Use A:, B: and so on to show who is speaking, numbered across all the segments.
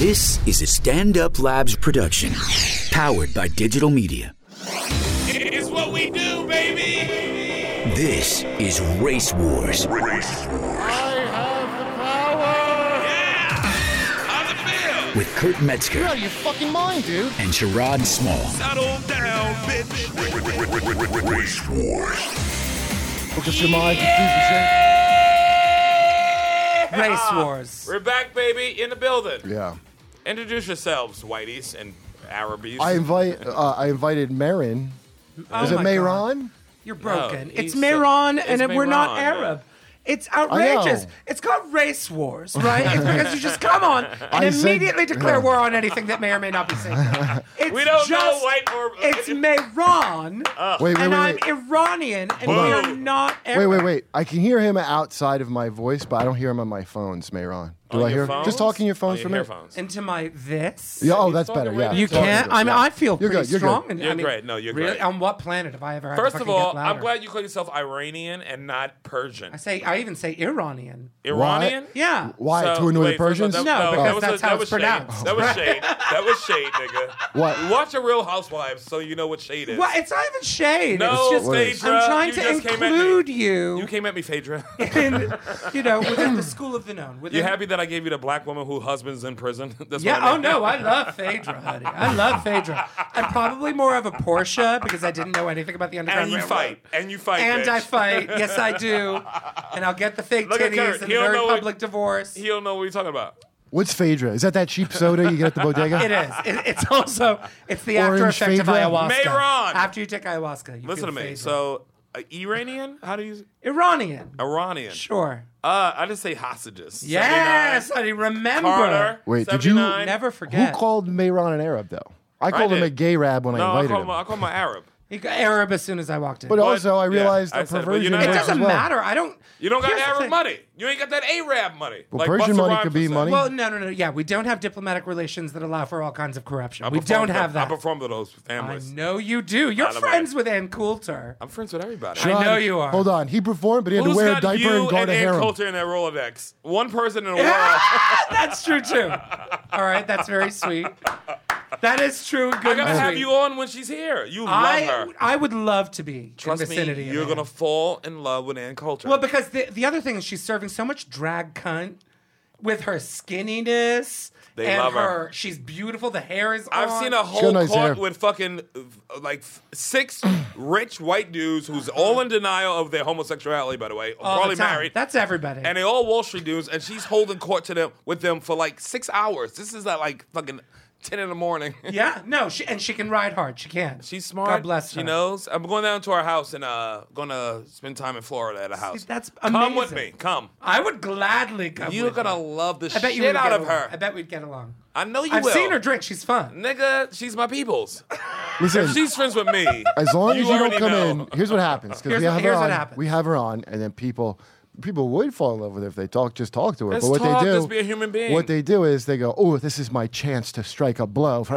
A: This is a Stand Up Labs production, powered by digital media.
B: It's what we do, baby.
A: This is Race Wars
B: How's it feel?
A: with Kurt Metzger
C: out of your fucking mind, dude.
A: and Sherrod Small.
B: Settle down, bitch.
C: Look at your mind, you piece of shit.
D: Race wars.
B: We're back, baby, in the building.
C: Yeah.
B: Introduce yourselves, whiteys and Arabies.
C: I invite. Uh, I invited Marin. Is it
D: Oh my God.
C: Mehran?
D: You're broken.
B: No,
D: it's
B: he's-
D: Mehran, and
B: it's
D: we're not
B: Mehran,
D: Arab. It's
C: know.
D: outrageous. It's called race wars, right? It's because you just come on and
C: I said-
D: immediately declare war on anything that may or may not be safe. It's
B: We don't
D: just,
B: know white or-
D: It's Mehran,
C: Oh. Wait, wait,
D: and
C: wait,
D: I'm
C: wait.
D: Iranian, and
B: Boom.
D: we are not
C: Wait,
D: Arab.
C: wait, wait. I can hear him outside of my voice, but I don't hear him on my phones, Mehran. Do
B: On
C: I
B: your
C: hear?
B: phones?
C: Just talking your phones
B: On your
C: for me.
B: earphones.
D: Into my this.
C: Yeah, oh, that's
B: talking
C: better.
B: right
C: Yeah.
B: now.
D: You
B: Sorry,
D: can't.
C: Sorry.
D: I mean, I feel
C: You're
D: pretty
C: good, you're
D: strong.
C: good.
D: And,
B: You're
D: I mean,
B: great. No, you're
D: really,
B: great.
D: On what planet have I ever? had to
B: First of
D: fucking
B: all,
D: get louder?
B: I'm glad you call yourself Iranian and not Persian.
D: I say. I even say Iranian.
B: Iranian?
D: Yeah.
C: Why
B: So-
C: to annoy
B: wait,
C: the
B: so- so
C: Persians?
B: that-
D: No, because
B: was
D: that's
B: a-
D: how
B: that was
D: it's
B: shade.
D: pronounced.
B: That was shade. That was shade, nigga.
C: What?
B: Watch a Real Housewives so you know what shade is.
D: Well, it's not even shade.
B: No,
D: it's just
B: Phaedra,
D: I'm trying
B: you
D: to
B: just came at me.
D: include you.
B: You came at me, Phaedra.
D: in, you know, within the school of the known. Within,
B: You happy that I gave you the black woman who husband's in prison? That's what
D: Yeah.
B: I
D: Oh
B: meant.
D: no, I love Phaedra, honey. I love Phaedra. I'm probably more of a Portia because I didn't know anything about the underground.
B: And you
D: Railroad.
B: fight. And you fight.
D: And
B: bitch.
D: I fight. Yes, I do. And I'll get the fake
B: Look at Kurt.
D: titties and
B: He
D: the
B: don't
D: very
B: know what-
D: public divorce.
B: He don't know what you're talking about.
C: What's Phaedra? Is that that cheap soda you get at the bodega?
D: It is. It, it's also it's the
C: Orange
D: after effect of
C: Phaedra.
D: ayahuasca.
B: Mehran.
D: After you take ayahuasca, you
B: Listen to me.
D: feel Phaedra.
B: So, uh, Iranian? How do you?
D: Iranian.
B: Iranian.
D: Sure.
B: Uh, I just say hostages.
D: Yes,
B: 79.
D: honey. Remember.
B: Carter.
C: Wait, did you-
B: 79.
D: Never
C: Who
D: forget.
C: called Mehran an Arab though? I called him
B: did.
C: a gay rab when
B: No,
C: I
B: I
C: invited
B: call,
C: him.
B: my, I call my Arab.
D: He got Arab as soon as I walked in.
C: But
D: it
C: also, I
B: yeah,
C: realized
B: I
C: the
B: said, but you're
C: perversion.
B: not
C: works
B: Arab.
C: as
D: doesn't
C: well.
D: matter. I don't.
B: You don't got
D: Here's the
B: Arab
D: thing.
B: money. You ain't got that Arab money.
C: Well, Persian
B: Busta
C: money
B: Rhymes
C: could be
B: would say.
C: money.
D: Well, no, no, no. Yeah, we don't have diplomatic relations that allow for all kinds of corruption.
B: I
D: we
B: perform
D: don't
B: to-
D: have
B: I
D: that.
B: perform to those
D: I
B: families.
D: know you do. You're
B: Out of
D: friends with Ann Coulter.
B: I'm friends with everybody.
D: I know you are.
C: Hold on. He performed, but he had
B: Who's
C: to wear a
B: got
C: diaper
B: you
C: and guard a
B: Ann
C: harem.
B: Coulter in that Rolodex? One person in the world.
D: Ah, that's true too. All right, that's very sweet. That is true. and Good.
B: I gotta
D: and
B: have
D: sweet.
B: you on when she's here. You love her.
D: I I would love to be
B: Trust
D: in vicinity.
B: me,
D: of
B: you're
D: Ann.
B: gonna fall in love with Ann Coulter.
D: Well, because the the other thing is she's serving so much drag cunt with her skinniness.
B: They
D: and
B: love her.
D: She's beautiful. The hair is.
B: I've
D: on.
B: seen a
C: got
B: whole
C: nice hair.
B: court with fucking uh, like six rich white dudes who's all in denial of their homosexuality, by the way,
D: all the
B: probably
D: time.
B: married,
D: That's everybody.
B: and they all Wall Street dudes, and she's holding court to them with them for like six hours. This is at like fucking ten in the morning.
D: yeah, no, she and she can ride hard. She can.
B: She's smart.
D: God bless her.
B: She knows. I'm going down to our house and uh, gonna spend time in Florida at a house.
D: that's
B: Come with me.
D: amazing.
B: Come.
D: I would gladly come.
B: You're
D: with
B: gonna
D: you.
B: love the
D: I bet you
B: shit
D: would
B: out
D: get
B: of
D: along.
B: her.
D: I bet we'd get along.
B: I know you
D: I've
B: will.
D: seen her drink. She's fun.
B: Nigga, she's my peoples.
C: Listen,
B: If she's friends with me.
C: as long as you don't
B: already
C: come
B: know.
C: in, here's what happens. Because
D: Here's
C: we
D: what-
C: have her
D: here's
C: on.
D: what happens.
C: We have her on, and then people. People would fall in love with her if they talk. Just talk to her.
B: Let's
C: but what
B: talk,
C: they do,
B: just be a human being.
C: What they do is they go, "Oh, this is my chance to strike a blow." For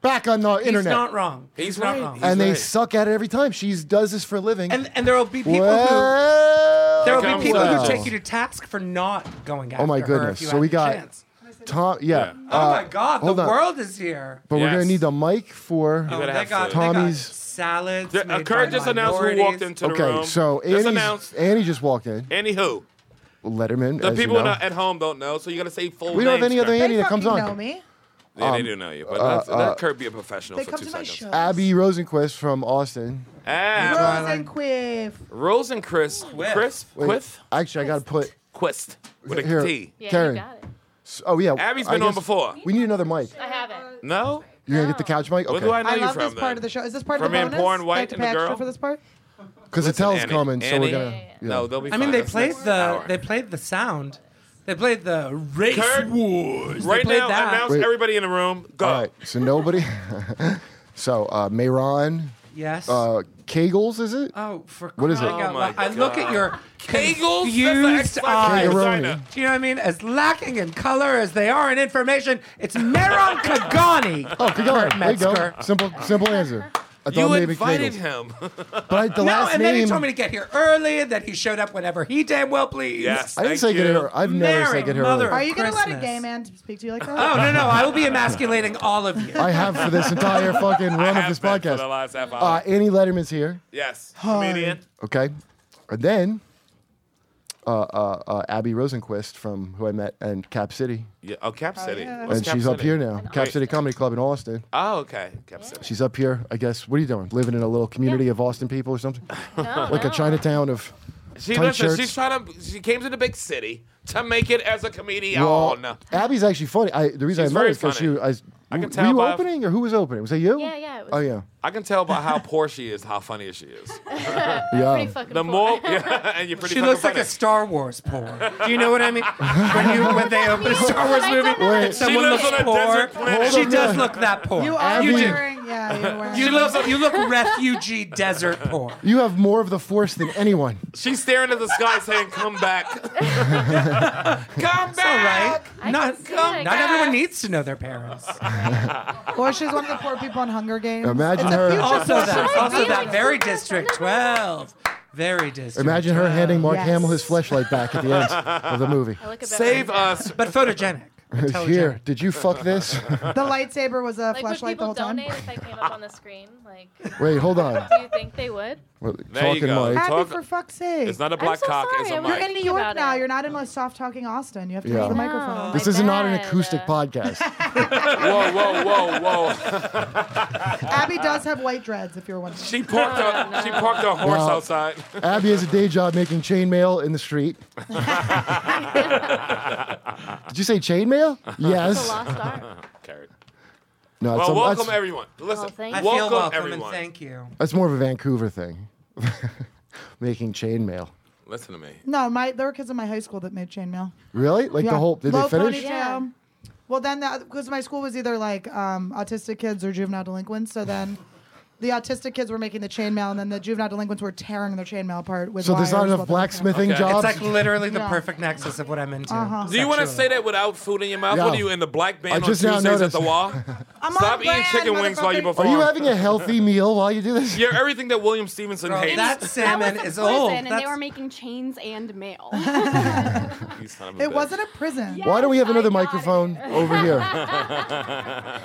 C: back on the
D: He's
C: internet,
D: not wrong. He's,
B: He's
D: not
B: right.
D: wrong.
B: He's-
C: and they
B: right.
C: suck at it every time. She does this for a living.
D: and and there will be people who
C: Well,
D: there will
B: Comes
D: be people
B: out.
D: who take you to task for not going after
C: Oh my
D: Her if
C: goodness!
D: you
C: So
D: had
C: we
D: the
C: got
D: chance.
C: Tom. Yeah.
D: Oh
C: uh,
D: my God! The
C: hold on.
D: world is here.
C: But we're gonna
B: Yes.
C: need the mic for.
D: Oh,
B: gotta
D: they
B: have
D: got,
B: food.
D: they got
C: Tommy's-
D: salads.
B: Yeah,
D: made
B: Kurt
D: by
B: just announced who walked
D: minorities.
B: into the room.
C: Okay, so
B: just
C: Annie's,
B: announced.
C: Annie just walked in.
B: Annie who?
C: Letterman.
B: The
C: as you
B: people
C: know.
B: not at home don't know, so you gotta say full.
C: We don't have
B: names,
C: any other um, uh,
B: Kurt.
C: Annie
E: They
C: that comes
E: fucking
C: on.
E: know me.
B: Yeah, they do know you, but let, let Kurt be a professional
E: They
B: for
E: come
B: two
E: to my
B: seconds.
E: show.
C: Abby Rosenquist from Austin.
B: Ah,
E: Rosenquiff.
B: Rose and Chris, Chris,
C: Wait,
B: Quith,
C: Actually, I gotta put.
B: Quist with a
C: Here.
B: T.
F: Yeah,
C: Karen.
F: you got it.
C: Oh yeah,
B: Abby's
C: I
B: been on
C: guess-
B: before.
C: We need another mic.
F: I have it.
B: No,
C: You're gonna get the couch mic,
B: where do I
C: okay?
B: know
E: I
B: you
E: love
B: from?
E: this
B: then?
E: part of the show. Is this part
B: From
E: of the
B: being
E: bonus?
B: poor and
E: Do I
B: white
E: have to
B: and a
E: pay extra
B: girl?
E: for this part?
C: Because the tell's
B: Annie.
C: coming, so we're
B: Annie?
C: gonna. yeah.
B: No, they'll be.
D: I mean,
B: fine.
D: they
B: That's
D: played
B: next
D: the
B: hour.
D: they played the sound. They played the race
B: Kurt,
D: wars.
B: right
D: they played
B: now.
D: that.
B: Announce
C: Wait.
B: everybody in the room. Go.
C: All right. So nobody. so uh, Mayron,
D: Yes.
C: uh, Kegels, is it?
D: oh, for
C: what is it?
D: crying
B: Oh
D: out
B: my
D: loud. I look
B: God.
D: at your
B: Kegels, that's
D: confused
B: the
D: eyes.
C: Kegel.
D: Do you know what I mean? As lacking in color as they are in information, it's Meron Kagani.
C: oh, Kegel. There you go.
D: Metzger.
C: Simple, simple answer. adult
B: You
C: name
B: invited
C: McNagels.
B: him.
C: But I, the
D: No,
C: last
D: and
C: name.
D: then he told me to get here early, and that he showed up whenever he damn well pleased.
B: yes.
C: I didn't
B: thank
C: say get
B: you.
C: her. I've never
D: Mary,
C: said get her.
D: mother.
C: early.
D: Are
E: Are you going to let a
D: Christmas.
E: gay man speak to you like
D: Oh
E: that?
D: no, no, I will be emasculating all of you.
C: I have for this entire fucking run of
B: Have
C: this
B: been For the
C: podcast.
B: last half hour.
C: Uh, Annie Letterman's here.
B: yes. Comedian.
C: Okay. And then uh, uh, uh, Abby Rosenquist from who I met in Cap City.
B: Yeah. Oh, Cap City.
E: yeah.
B: What's
C: and
B: Cap
C: she's up
B: City?
C: here now. Cap
B: Wait.
C: City Comedy Club in Austin.
B: Oh, okay. Cap City.
C: She's up here, I guess. What are you doing? Living in a little community of Austin people or something? like a Chinatown of
B: She,
C: tight
B: listen,
C: shirts.
B: she's trying to. She came to the big city to make it as a comedian.
C: Well, Abby's actually funny. I, the reason
B: Oh, She's
C: I met her
B: very
C: is because she
B: funny.
C: I, was-
B: I can
C: were
B: tell
C: you
B: by-
C: opening or who was opening? Was it you?
F: Yeah, yeah, it was-
C: Oh yeah,
B: I can tell by how poor she is, how funny she is.
C: yeah.
F: Pretty fucking
B: The
F: cool.
B: more, yeah, and you're pretty.
D: She
B: fucking
D: looks like
B: funny.
D: a Star Wars porn. Do you know what I mean? When you when they open a Star Wars
F: I
D: movie,
F: don't know. Wait.
D: and
F: She
D: someone
B: lives
D: looks
B: on a desert
D: poor.
B: planet.
D: She
C: Hold on,
D: does
C: yeah.
D: look that poor.
E: You are
C: Abby-
E: wearing, yeah, you're wearing.
D: You look you look refugee desert porn.
C: You have more of the force than anyone.
B: She's staring at the sky, saying, "Come back, come
D: All
B: back."
D: right. Not,
F: see it,
D: not
F: I
D: everyone
F: guess.
D: needs to know their parents.
E: or she's one of the poor people in Hunger Games.
C: Imagine her.
D: Also that, also
F: Really?
D: that very District 12. Very District
C: Imagine her
D: 12.
C: handing Mark
E: Yes.
C: Hamill his flashlight back at the end of the movie.
F: I look a better
B: Save
F: man.
B: us.
D: But photogenic.
C: Here,
D: intelligent.
C: did you fuck this?
E: The lightsaber was a
F: Like, would
E: flashlight the
F: people
E: whole time.
F: donate if I came up on the screen? Like,
C: Wait, hold on.
F: do you think they would?
C: We're
B: There you
C: talking
B: go.
C: Mike.
E: Abby,
B: Talk-
E: for fuck's sake.
B: It's not a black
F: so
B: cock. It's
F: sorry,
B: a
F: I wasn't
B: mic.
E: you're in New
F: Think
E: York
F: about
E: now.
F: it.
E: You're not in a soft talking Austin. You have to use
C: Yeah.
E: the
C: No.
E: microphone.
C: This
F: My
C: is not an
F: bad.
C: acoustic podcast.
B: Whoa, whoa, whoa, whoa!
E: Abby does have white dreads, if you're wondering.
B: She parked her. She parked her horse
C: No.
B: outside.
C: Abby has a day job making chainmail in the street. did you say chainmail?
F: The
C: Yes.
F: lost art.
B: Carrot.
C: No, it's
B: Well,
C: a-
B: welcome
C: that's,
B: everyone. Listen,
F: Oh, thank
D: I
F: you.
D: feel
B: welcome,
D: welcome,
B: everyone.
D: and thank you.
C: that's more of a Vancouver thing. making chainmail.
B: Listen to me.
E: No, my there were kids in my high school that made chainmail.
C: Really? Like the
E: Yeah.
C: whole? Did they
E: Low
C: finish?
E: Ponytail.
F: Yeah.
E: Well, then because my school was either like um, autistic kids or juvenile delinquents, so then. The autistic kids were making the chainmail, and then the juvenile delinquents were tearing their chainmail apart with.
C: So there's not
E: wires
C: enough
E: while they're-
C: blacksmithing
B: Okay.
C: jobs.
D: It's like literally the
E: Yeah.
D: perfect nexus of what I'm into.
E: Uh-huh.
B: Do you want to
D: sexually.
B: say that without food in your mouth?
C: No.
B: What are you in the black
C: I
B: band on
C: just now
B: Tuesdays at
C: noticed.
B: the wall?
E: I'm
B: Stop
E: on
B: eating
E: brand,
B: chicken wings while you
E: motherfucker.
B: perform.
C: Are you having a healthy meal while you do this?
B: You're everything that William Stevenson
D: Girl,
B: hates.
D: that
F: That was
D: salmon
F: a
D: is
F: prison,
D: old.
F: and
D: That's-
F: they were making chains and mail.
B: You son of a
E: It
B: bitch.
E: wasn't a prison.
C: Why don't we have
F: Yes, I
C: another
F: got it.
C: microphone over here?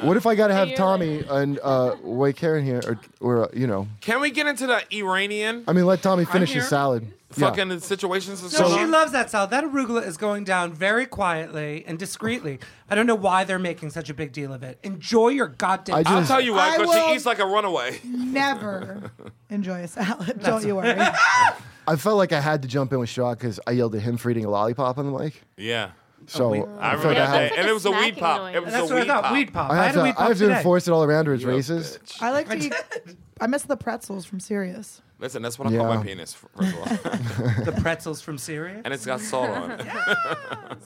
C: what if I got to have
F: You're
C: Tommy and uh, Wait Karen here, or, or uh, you know,
B: Can we get into the Iranian
C: I mean, let Tommy finish his
D: here.
C: salad. Yeah.
B: fucking situations? and
D: No,
B: stuff?
D: she loves that salad. That arugula is going down very quietly and discreetly. I don't know why they're making such a big deal of it. Enjoy your goddamn.
C: I
B: I'll
C: just-
B: tell you why,
E: I
B: because she
E: will-
B: eats like a runaway.
E: Never enjoy a salad. Don't you worry.
C: I felt like I had to jump in with Shaw because I yelled at him for eating a lollipop on the mic.
B: Yeah.
C: So
B: Oh, I
C: felt
B: remember
C: like I
F: Yeah,
B: that day.
C: had,
F: that's like
B: and
F: a
B: it was a weed
F: snacking
B: pop.
F: noise.
B: It was
D: That's
B: a
D: what I
B: weed
D: thought.
B: pop.
D: Weed pop.
C: I
D: I
C: have
D: had a
C: to,
D: weed
C: I
D: pop
C: have to
D: today.
C: enforce it all around to his races.
E: I like to eat. I miss the pretzels from Sirius.
B: Listen, that's what I call
C: Yeah.
B: my penis, first of all.
D: The pretzels from Syria.
B: and it's got salt on it.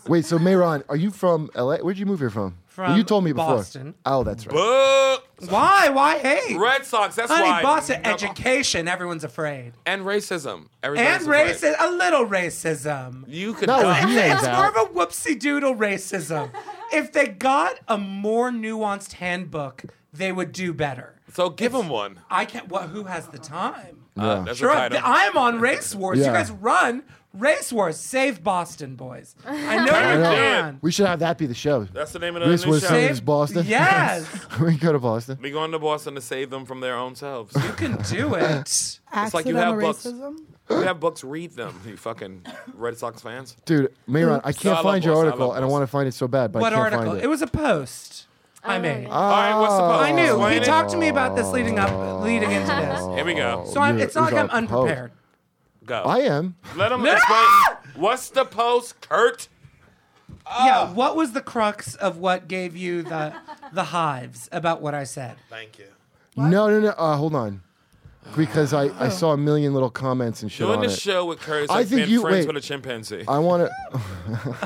C: Wait, so Mayron, are you from LA? Where'd you move here from?
D: From
C: you told me before.
D: Boston.
C: Oh, that's right.
B: Boo!
D: Why? Why hate?
B: Red Sox, that's
D: Honey,
B: why.
D: Boston
B: No-
D: education. Everyone's afraid.
B: And racism. Everybody's
D: And
B: afraid.
D: racism. A little racism.
B: You could
C: No,
B: not.
C: Oh, he ain't
D: It's more
C: out.
D: of a whoopsie doodle racism. if they got a more nuanced handbook, they would do better.
B: So give him one.
D: I can't. Well, who has the time?
B: Uh, that's
D: Sure,
B: a title.
D: I am on Race Wars.
C: Yeah.
D: You guys run Race Wars. Save Boston, boys. I know
B: I
D: you
B: know.
D: can.
C: We should have that be the show.
B: that's the name of the
C: This
B: new
C: was
B: show.
C: Saves Boston.
D: Yes,
C: we go to Boston.
B: We going to Boston to save them from their own selves.
D: you can do it.
E: Accidental
B: like you have books.
E: racism.
B: you have books, read them, you fucking Red Sox fans.
C: Dude, Mayron, I
B: No, I
C: can't
B: love
C: find your
B: Boston. I
C: article,
B: love
C: and I want to find it so bad, but
D: what
C: I can't
D: article?
C: find
D: It.
C: it.
D: was a post I made.
F: yeah.
B: All right, what's the post?
D: I knew. He
B: Explain it.
D: talked to me about this leading up, leading into this.
B: Here we go.
D: So I'm,
C: Oh. you-
D: it's not
C: it was
D: like I'm
C: on post.
D: unprepared.
B: go.
C: Oh. I am.
B: Let him explain. What's the post, Kurt? Oh.
D: Yeah. What was the crux of what gave you the the hives about what I said?
B: Thank you.
C: No, no, no. Uh, hold on. Because I, I saw a million little comments and shit
B: Doing
C: on
B: the
C: it.
B: show with Kurt is
C: I
B: like
C: think
B: being
C: you-
B: friends
C: wait.
B: with a chimpanzee.
C: I want to.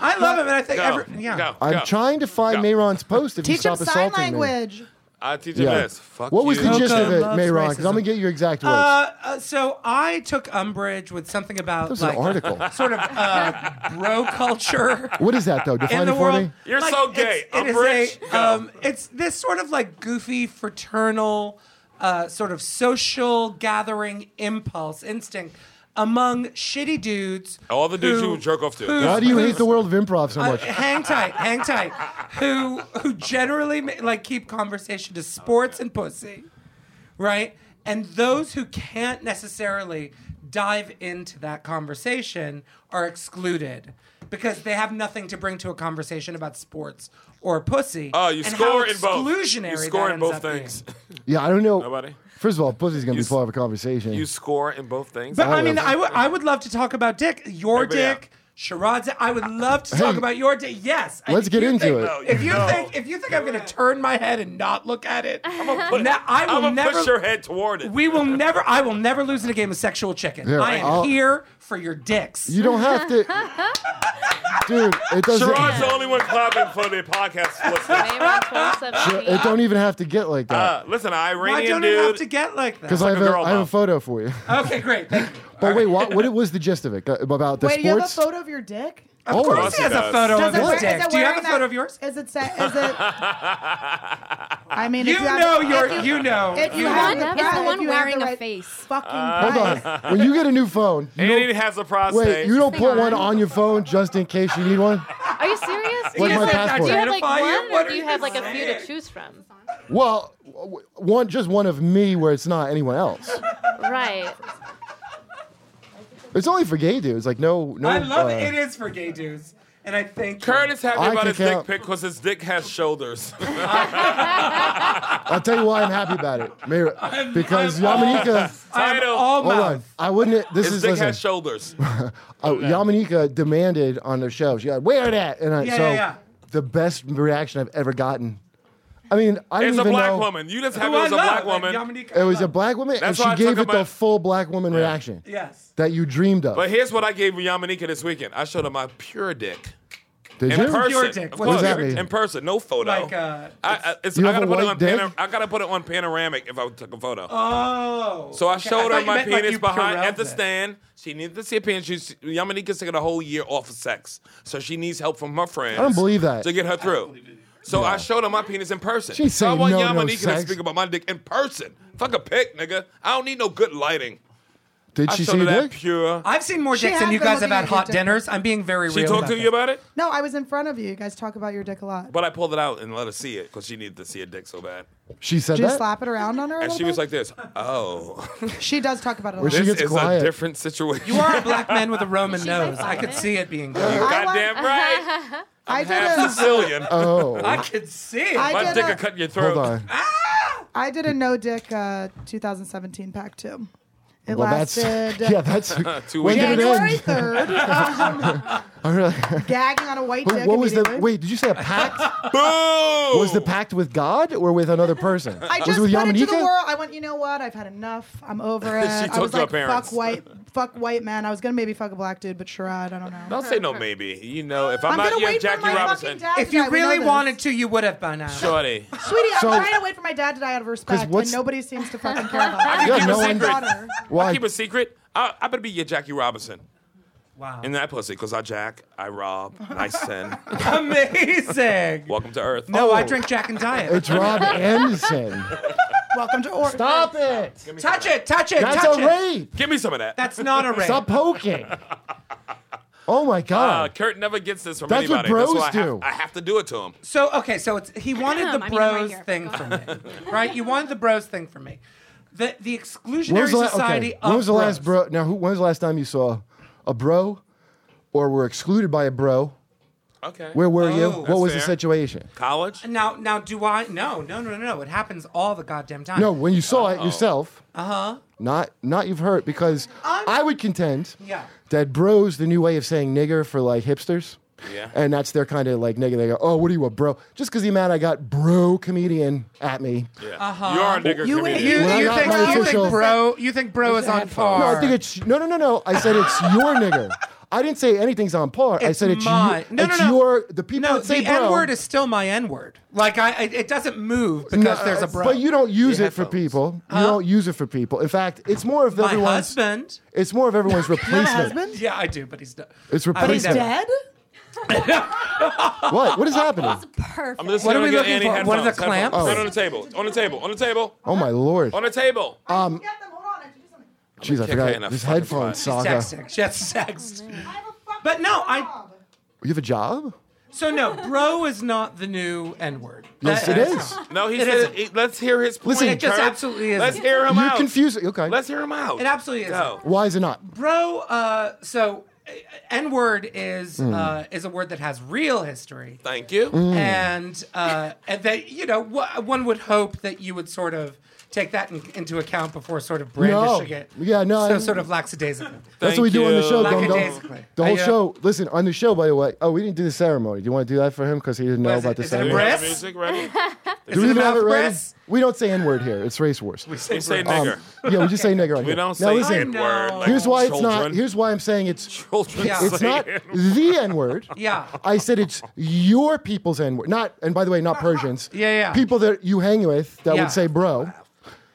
D: I love him, and I think
B: go,
D: every, yeah.
B: go,
C: I'm
B: go.
C: trying to
B: Go.
C: find Mayron's post. If you
E: Teach him
C: stop
E: sign
C: assaulting me.
E: language.
B: I teach him
C: Yeah.
B: this. Fuck
C: What was
B: you.
C: the gist of
D: Coco
C: it,
D: loves
C: Mayron? Because I'm
D: racism.
C: gonna get your exact words.
D: Uh, uh, so I took umbrage with something about
C: was an
D: like
C: article.
D: sort of uh, bro culture.
C: what is that though?
D: in
C: Define
D: the
C: it for
D: world.
C: me.
B: You're so gay.
D: It's, it is
B: Umbrage,
D: a,
B: go.
D: um, it's this sort of like goofy fraternal uh, sort of social gathering impulse, instinct among shitty dudes.
B: All the dudes you jerk off to.
C: Why do you hate the world of improv so
D: Uh,
C: much?
D: hang tight, hang tight. Who who generally ma- like keep conversation to sports and pussy, right? And those who can't necessarily dive into that conversation are excluded because they have nothing to bring to a conversation about sports or pussy.
B: Oh, you
D: and
B: score
D: how
B: in both.
D: exclusionary
B: You score
D: that
B: in
D: ends
B: both
D: up being.
B: things.
C: Yeah, I don't know.
B: Nobody?
C: First of all, pussy's gonna
B: You
C: be
B: s-
C: part of a conversation.
B: You score in both things.
D: But I
C: Always.
D: mean, I would I would love to talk about dick, your
B: Everybody out.
D: dick, Sharad's. dick. I would love to talk
C: Uh, Hey.
D: about your dick. Yes, I-
C: Let's
D: if
C: get
D: you
C: into
D: think-
C: it.
B: No,
D: If you
B: no.
D: think if you think I'm gonna turn my head and not look at it,
B: Put-
D: now, I will
B: I'ma
D: never.
B: push your head toward it.
D: we will never. I will never lose in a game of sexual chicken.
C: Yeah,
D: I am
C: I'll-
D: here for your dicks.
C: You don't have to, dude. It doesn't.
B: Sherrod's the only one clapping for the podcast listeners.
F: May around 2017.
C: It don't even have to get like that.
B: Uh, listen,
D: Why
B: Iranian
D: don't it have
B: dude.
D: to get like that?
C: Because I, have
B: a
C: a,
B: girl
C: I have a
B: mom.
C: photo for you.
D: okay, great. Thank you.
C: But wait, what, what was the gist of it? Uh, About the
E: Wait, you have a
C: sports?
E: photo of your dick?
D: Of
C: Always.
D: course, he has a
B: Does
D: photo of
E: it
D: his
E: wear- is
D: dick.
E: it
D: Oh, Do you have a
E: wearing
D: photo
E: that-
D: of yours?
E: Is it set? Is it? I mean,
D: You
E: if you have-
D: know
E: if
D: your.
E: you-
D: You know.
E: if you
D: you
E: have
G: one-
E: the
G: it's
E: pri-
G: the
E: if
G: one
E: you have
G: wearing
E: the
G: a
E: right
G: face.
E: Fucking
C: Hold on. When you get a new phone, you
B: And
C: don't-
B: he has a prostate.
C: wait, you don't
G: Hang
C: put one
G: on.
C: on your phone just in case you need one?
F: Are you serious?
C: Where's
F: do, you
C: my
F: have, like,
C: passport?
F: do you have like
D: Identify you? What
F: one, or
D: are
F: do you
D: you
F: have like a few
D: saying?
F: to choose from?
C: Well, w- one just one of me where it's not anyone else.
F: Right.
C: It's only for gay dudes. Like no, no.
D: I love
C: uh,
D: it. It is for gay dudes, and I think
B: Curtis happy
C: I
B: about
C: can
B: his
C: count.
B: dick pic because his dick has shoulders.
C: I'll tell you why I'm happy about it, Mayor, because Yamanika.
D: I'm
B: Title.
D: all
C: Hold
D: mouth.
C: on, I wouldn't. This
B: his
C: is
B: dick
C: listen,
B: has shoulders.
C: Oh, Yamanika demanded on the show. She got wear that, and I,
D: Yeah,
C: so
D: yeah, yeah.
C: the best reaction I've ever gotten. I mean, I didn't
B: It's a
C: even
B: black
C: know
B: woman. You just
D: Who
B: happy it was
D: I
B: a black
D: love, like
B: woman.
D: Yamanika, I
C: it was a
D: love.
C: black woman,
B: That's why I
C: and she gave
B: took
C: it the
B: about-
C: full black woman reaction
D: Yes.
C: that you dreamed of.
B: But here's what I gave Yamanika this weekend. I showed her my pure dick.
C: Did
B: In
C: you?
B: person.
D: Pure dick.
B: Of
D: What does
B: course,
C: that mean?
B: In person, no photo.
D: Like, uh,
B: I, I, it's, I
C: You have
B: gotta
C: a
B: put it
C: white
B: on
C: dick?
B: panor- I gotta put it on panoramic if I took a photo.
D: Oh.
B: so I
D: Okay,
B: showed
D: thought
B: her
D: you
B: my
D: meant like
B: penis
D: you
B: behind
D: corralled
B: at the
D: it.
B: stand. She needed to see a penis. She's, Yamanika's taking a whole year off of sex, so she needs help from her friends.
C: I don't believe that.
B: to get her through. So I showed her my penis in person.
C: She
B: so I
C: say
B: want
C: no, no
B: Yamanika to
C: sex.
B: speak about my dick in person. Fuck a pic, nigga. I don't need no good lighting.
C: Did
B: I
C: she
B: showed
C: see
B: her that
C: dick?
B: pure.
D: I've seen more
E: She
D: dicks
E: has
D: than you
E: been
D: guys have
E: looking
D: had
E: at
D: hot
E: your dick.
D: dinners. I'm being very
B: she
D: real.
B: talked to
D: this.
B: you about it,
E: No, I was in front of you. You guys talk about your dick a lot.
B: but I pulled it out and let her see it because she needed to see a dick so bad.
C: She said
E: Did you
C: that.
E: slap it around on her? a
B: And
E: little
B: she was
E: bit?
B: like, "This, oh,
E: she does talk about it. A
C: Was
E: lot.
C: She
B: this
C: gets
B: is
C: quiet.
B: a different situation."
D: You are a black man with a Roman nose.
F: like
D: I could
F: vomit.
D: see it being
B: You
D: good.
B: goddamn right.
E: I did
B: Half
E: a,
B: Sicilian.
D: I
C: Oh,
D: could see it.
E: I
B: My
E: did
B: dick
E: a-
B: could cut your throat.
C: hold on.
E: I did a no dick uh, 2017 pack too. It
C: Well, that's
E: lasted
C: yeah, that's
B: Two
C: when
B: weeks.
C: did it
E: January
C: end?
E: 3rd.
C: I really-
E: gagging on a white
C: Wait,
E: dick.
C: what was the
E: immediately.
C: wait? Did you say a pact?
B: Boom.
C: was the pact with God or with another person?
E: I
C: was
E: just
C: it with
E: put it to the
C: Yamanika?
E: world. I went, you know what? I've had enough. I'm over it.
B: She
E: I
B: talked
E: was
B: to her
E: like,
B: parents.
E: fuck white, fuck white man. I was gonna maybe fuck a black dude, but Sherrod, I don't know.
B: Don't say no, maybe. You know, if I'm,
E: I'm
B: not
E: gonna
B: your
E: wait
B: Jackie
E: for my
B: Robinson,
E: fucking dad.
D: if
E: to die.
D: you
E: We know
D: really
E: this.
D: wanted to, you would have by now.
B: shorty.
E: sweetie,
C: So-
E: I'm trying to wait for my dad to die out of respect,
C: what's-
E: and nobody seems to fucking care about that.
C: Yeah,
B: keep
C: no
B: a
C: one-
B: secret.
E: Daughter.
C: Why?
B: Keep a secret. I, I better be your Jackie Robinson
D: Wow.
B: in that pussy, cause I jack, I rob, and I sin.
D: Amazing.
B: Welcome to Earth.
D: No, I
C: Oh.
D: drink Jack and Diet.
C: It's Rob Anderson.
E: Welcome to or
C: Stop it!
D: Touch it, touch it,
C: That's
D: touch
C: a
D: it.
C: rape.
B: Give me some of that. Uh,
D: That's not a rape.
C: Stop poking. Oh my
B: uh,
C: God!
B: Kurt never gets this from
C: That's what
B: anybody.
C: bros
B: That's why I have,
C: do.
B: I have to do it to him.
D: So okay, so it's he wanted the
G: I mean, I'm right
D: bros
G: here.
D: thing
G: Go
D: from me, right? You wanted the bros thing from me. The the exclusionary
C: When was the la-
D: society
C: okay,
D: of
C: when was the
D: bros.
C: last bro? Now, who, when was the last time you saw a bro, or were excluded by a bro?
B: Okay.
C: Where were you?
D: Oh.
C: What
D: That's
C: was the
B: fair.
C: situation?
B: College?
D: Now, now, do I? No, no, no, no, no. It happens all the goddamn time.
C: No, when you saw it yourself. Uh huh.
D: Uh-huh.
C: Not, not you've heard because I would contend
D: Yeah.
C: that bro's the new way of saying nigger for like hipsters.
B: Yeah.
C: And that's their kind of like nigger. They go, oh, what are you a bro? Just because the amount I got bro comedian at me.
B: Yeah. You are a nigger
E: You-
B: comedian.
D: you,
C: Well,
D: you
C: not
D: think
C: my
D: you
C: official-
D: think bro? You think bro is on par?
C: No, I think it's no, no, no, no. I said it's your nigger. I didn't say anything's on par. I
D: It's
C: said it's
D: my-
C: you,
D: No, no,
C: it's
D: no.
C: your the people
D: no.
C: that say
D: The
C: bro.
D: N word is still my N word. Like I, I, it doesn't move because
C: No,
D: there's a bro.
C: But you don't use
B: Your
C: it for
B: headphones.
C: people. You don't use it for people. In fact, it's more of
D: my
C: everyone's.
D: husband.
C: It's more of everyone's replacement.
E: husband?
D: Yeah, I do, but he's not.
C: It's
D: I
E: But
D: don't
E: he's
D: know.
C: replacement.
E: dead.
C: what? What is happening?
G: Perfect.
B: I'm listening
D: What are
B: to
D: we
B: get
D: looking
B: Annie
D: for?
B: Headphones,
D: What are the
B: headphones.
D: clamps?
B: Right on the table. On the table. On the table.
C: Oh my lord!
B: On the table.
C: Uh,
E: Um, get them. Hold on, I have to do something.
C: Jeez, I
B: kick her in a
C: forgot this
B: fucking
C: headphone
B: spot.
C: saga.
D: Texting. Just
G: Oh,
D: text.
E: I have a fucking
D: But no, I-
E: job.
C: You have a job?
D: So no, bro is not the new N word.
C: Yes, it is.
B: No, he
D: It
B: said.
D: isn't.
B: He, let's hear his point.
C: Listen,
D: It just
B: Kurt.
D: absolutely isn't.
B: Let's hear him
C: You're
B: out.
C: confused. Okay.
B: Let's hear him out.
D: It absolutely is.
B: Go.
C: Why is it not?
D: Bro, uh, so N word is
C: Hmm.
D: uh, is a word that has real history,
B: Thank you.
C: Mm,
D: and uh, and that you know wh- one would hope that you would sort of take that in, into account before sort of brandishing it.
C: Yeah, no,
D: So
C: I-
D: sort of lackadaisical.
C: That's what we
B: Thank
C: do on
B: you.
C: the show.
D: Like
C: Dum
D: a
C: Dum.
D: daisy.
C: The whole
D: Yeah.
C: show. Listen, on the show, by the way. Oh, we didn't do the ceremony. Do you want to do that for him because he didn't know
D: What is
C: about
D: it?
C: the
D: Is it a
B: Do we
C: ceremony?
D: breath?
B: have the music ready?
C: Do we
D: it
C: even
D: a
C: have it
D: mouth
C: ready?
D: press?
C: We don't say N word here. It's race wars.
B: We say, nigger.
C: Um, yeah, we just say nigger on
B: we
C: here.
B: don't
C: now
B: say
D: I
B: N word.
C: listen.
D: know.
B: Like
C: Here's why it's
B: children.
C: not. Here's why I'm saying it's
B: children.
D: Yeah.
C: it's
B: say
C: not
B: N word.
C: the N word.
D: Yeah.
C: I said it's your people's N word. Not and by the way, not Persians.
D: Yeah, yeah.
C: People that you hang with that
D: Yeah.
C: would say bro.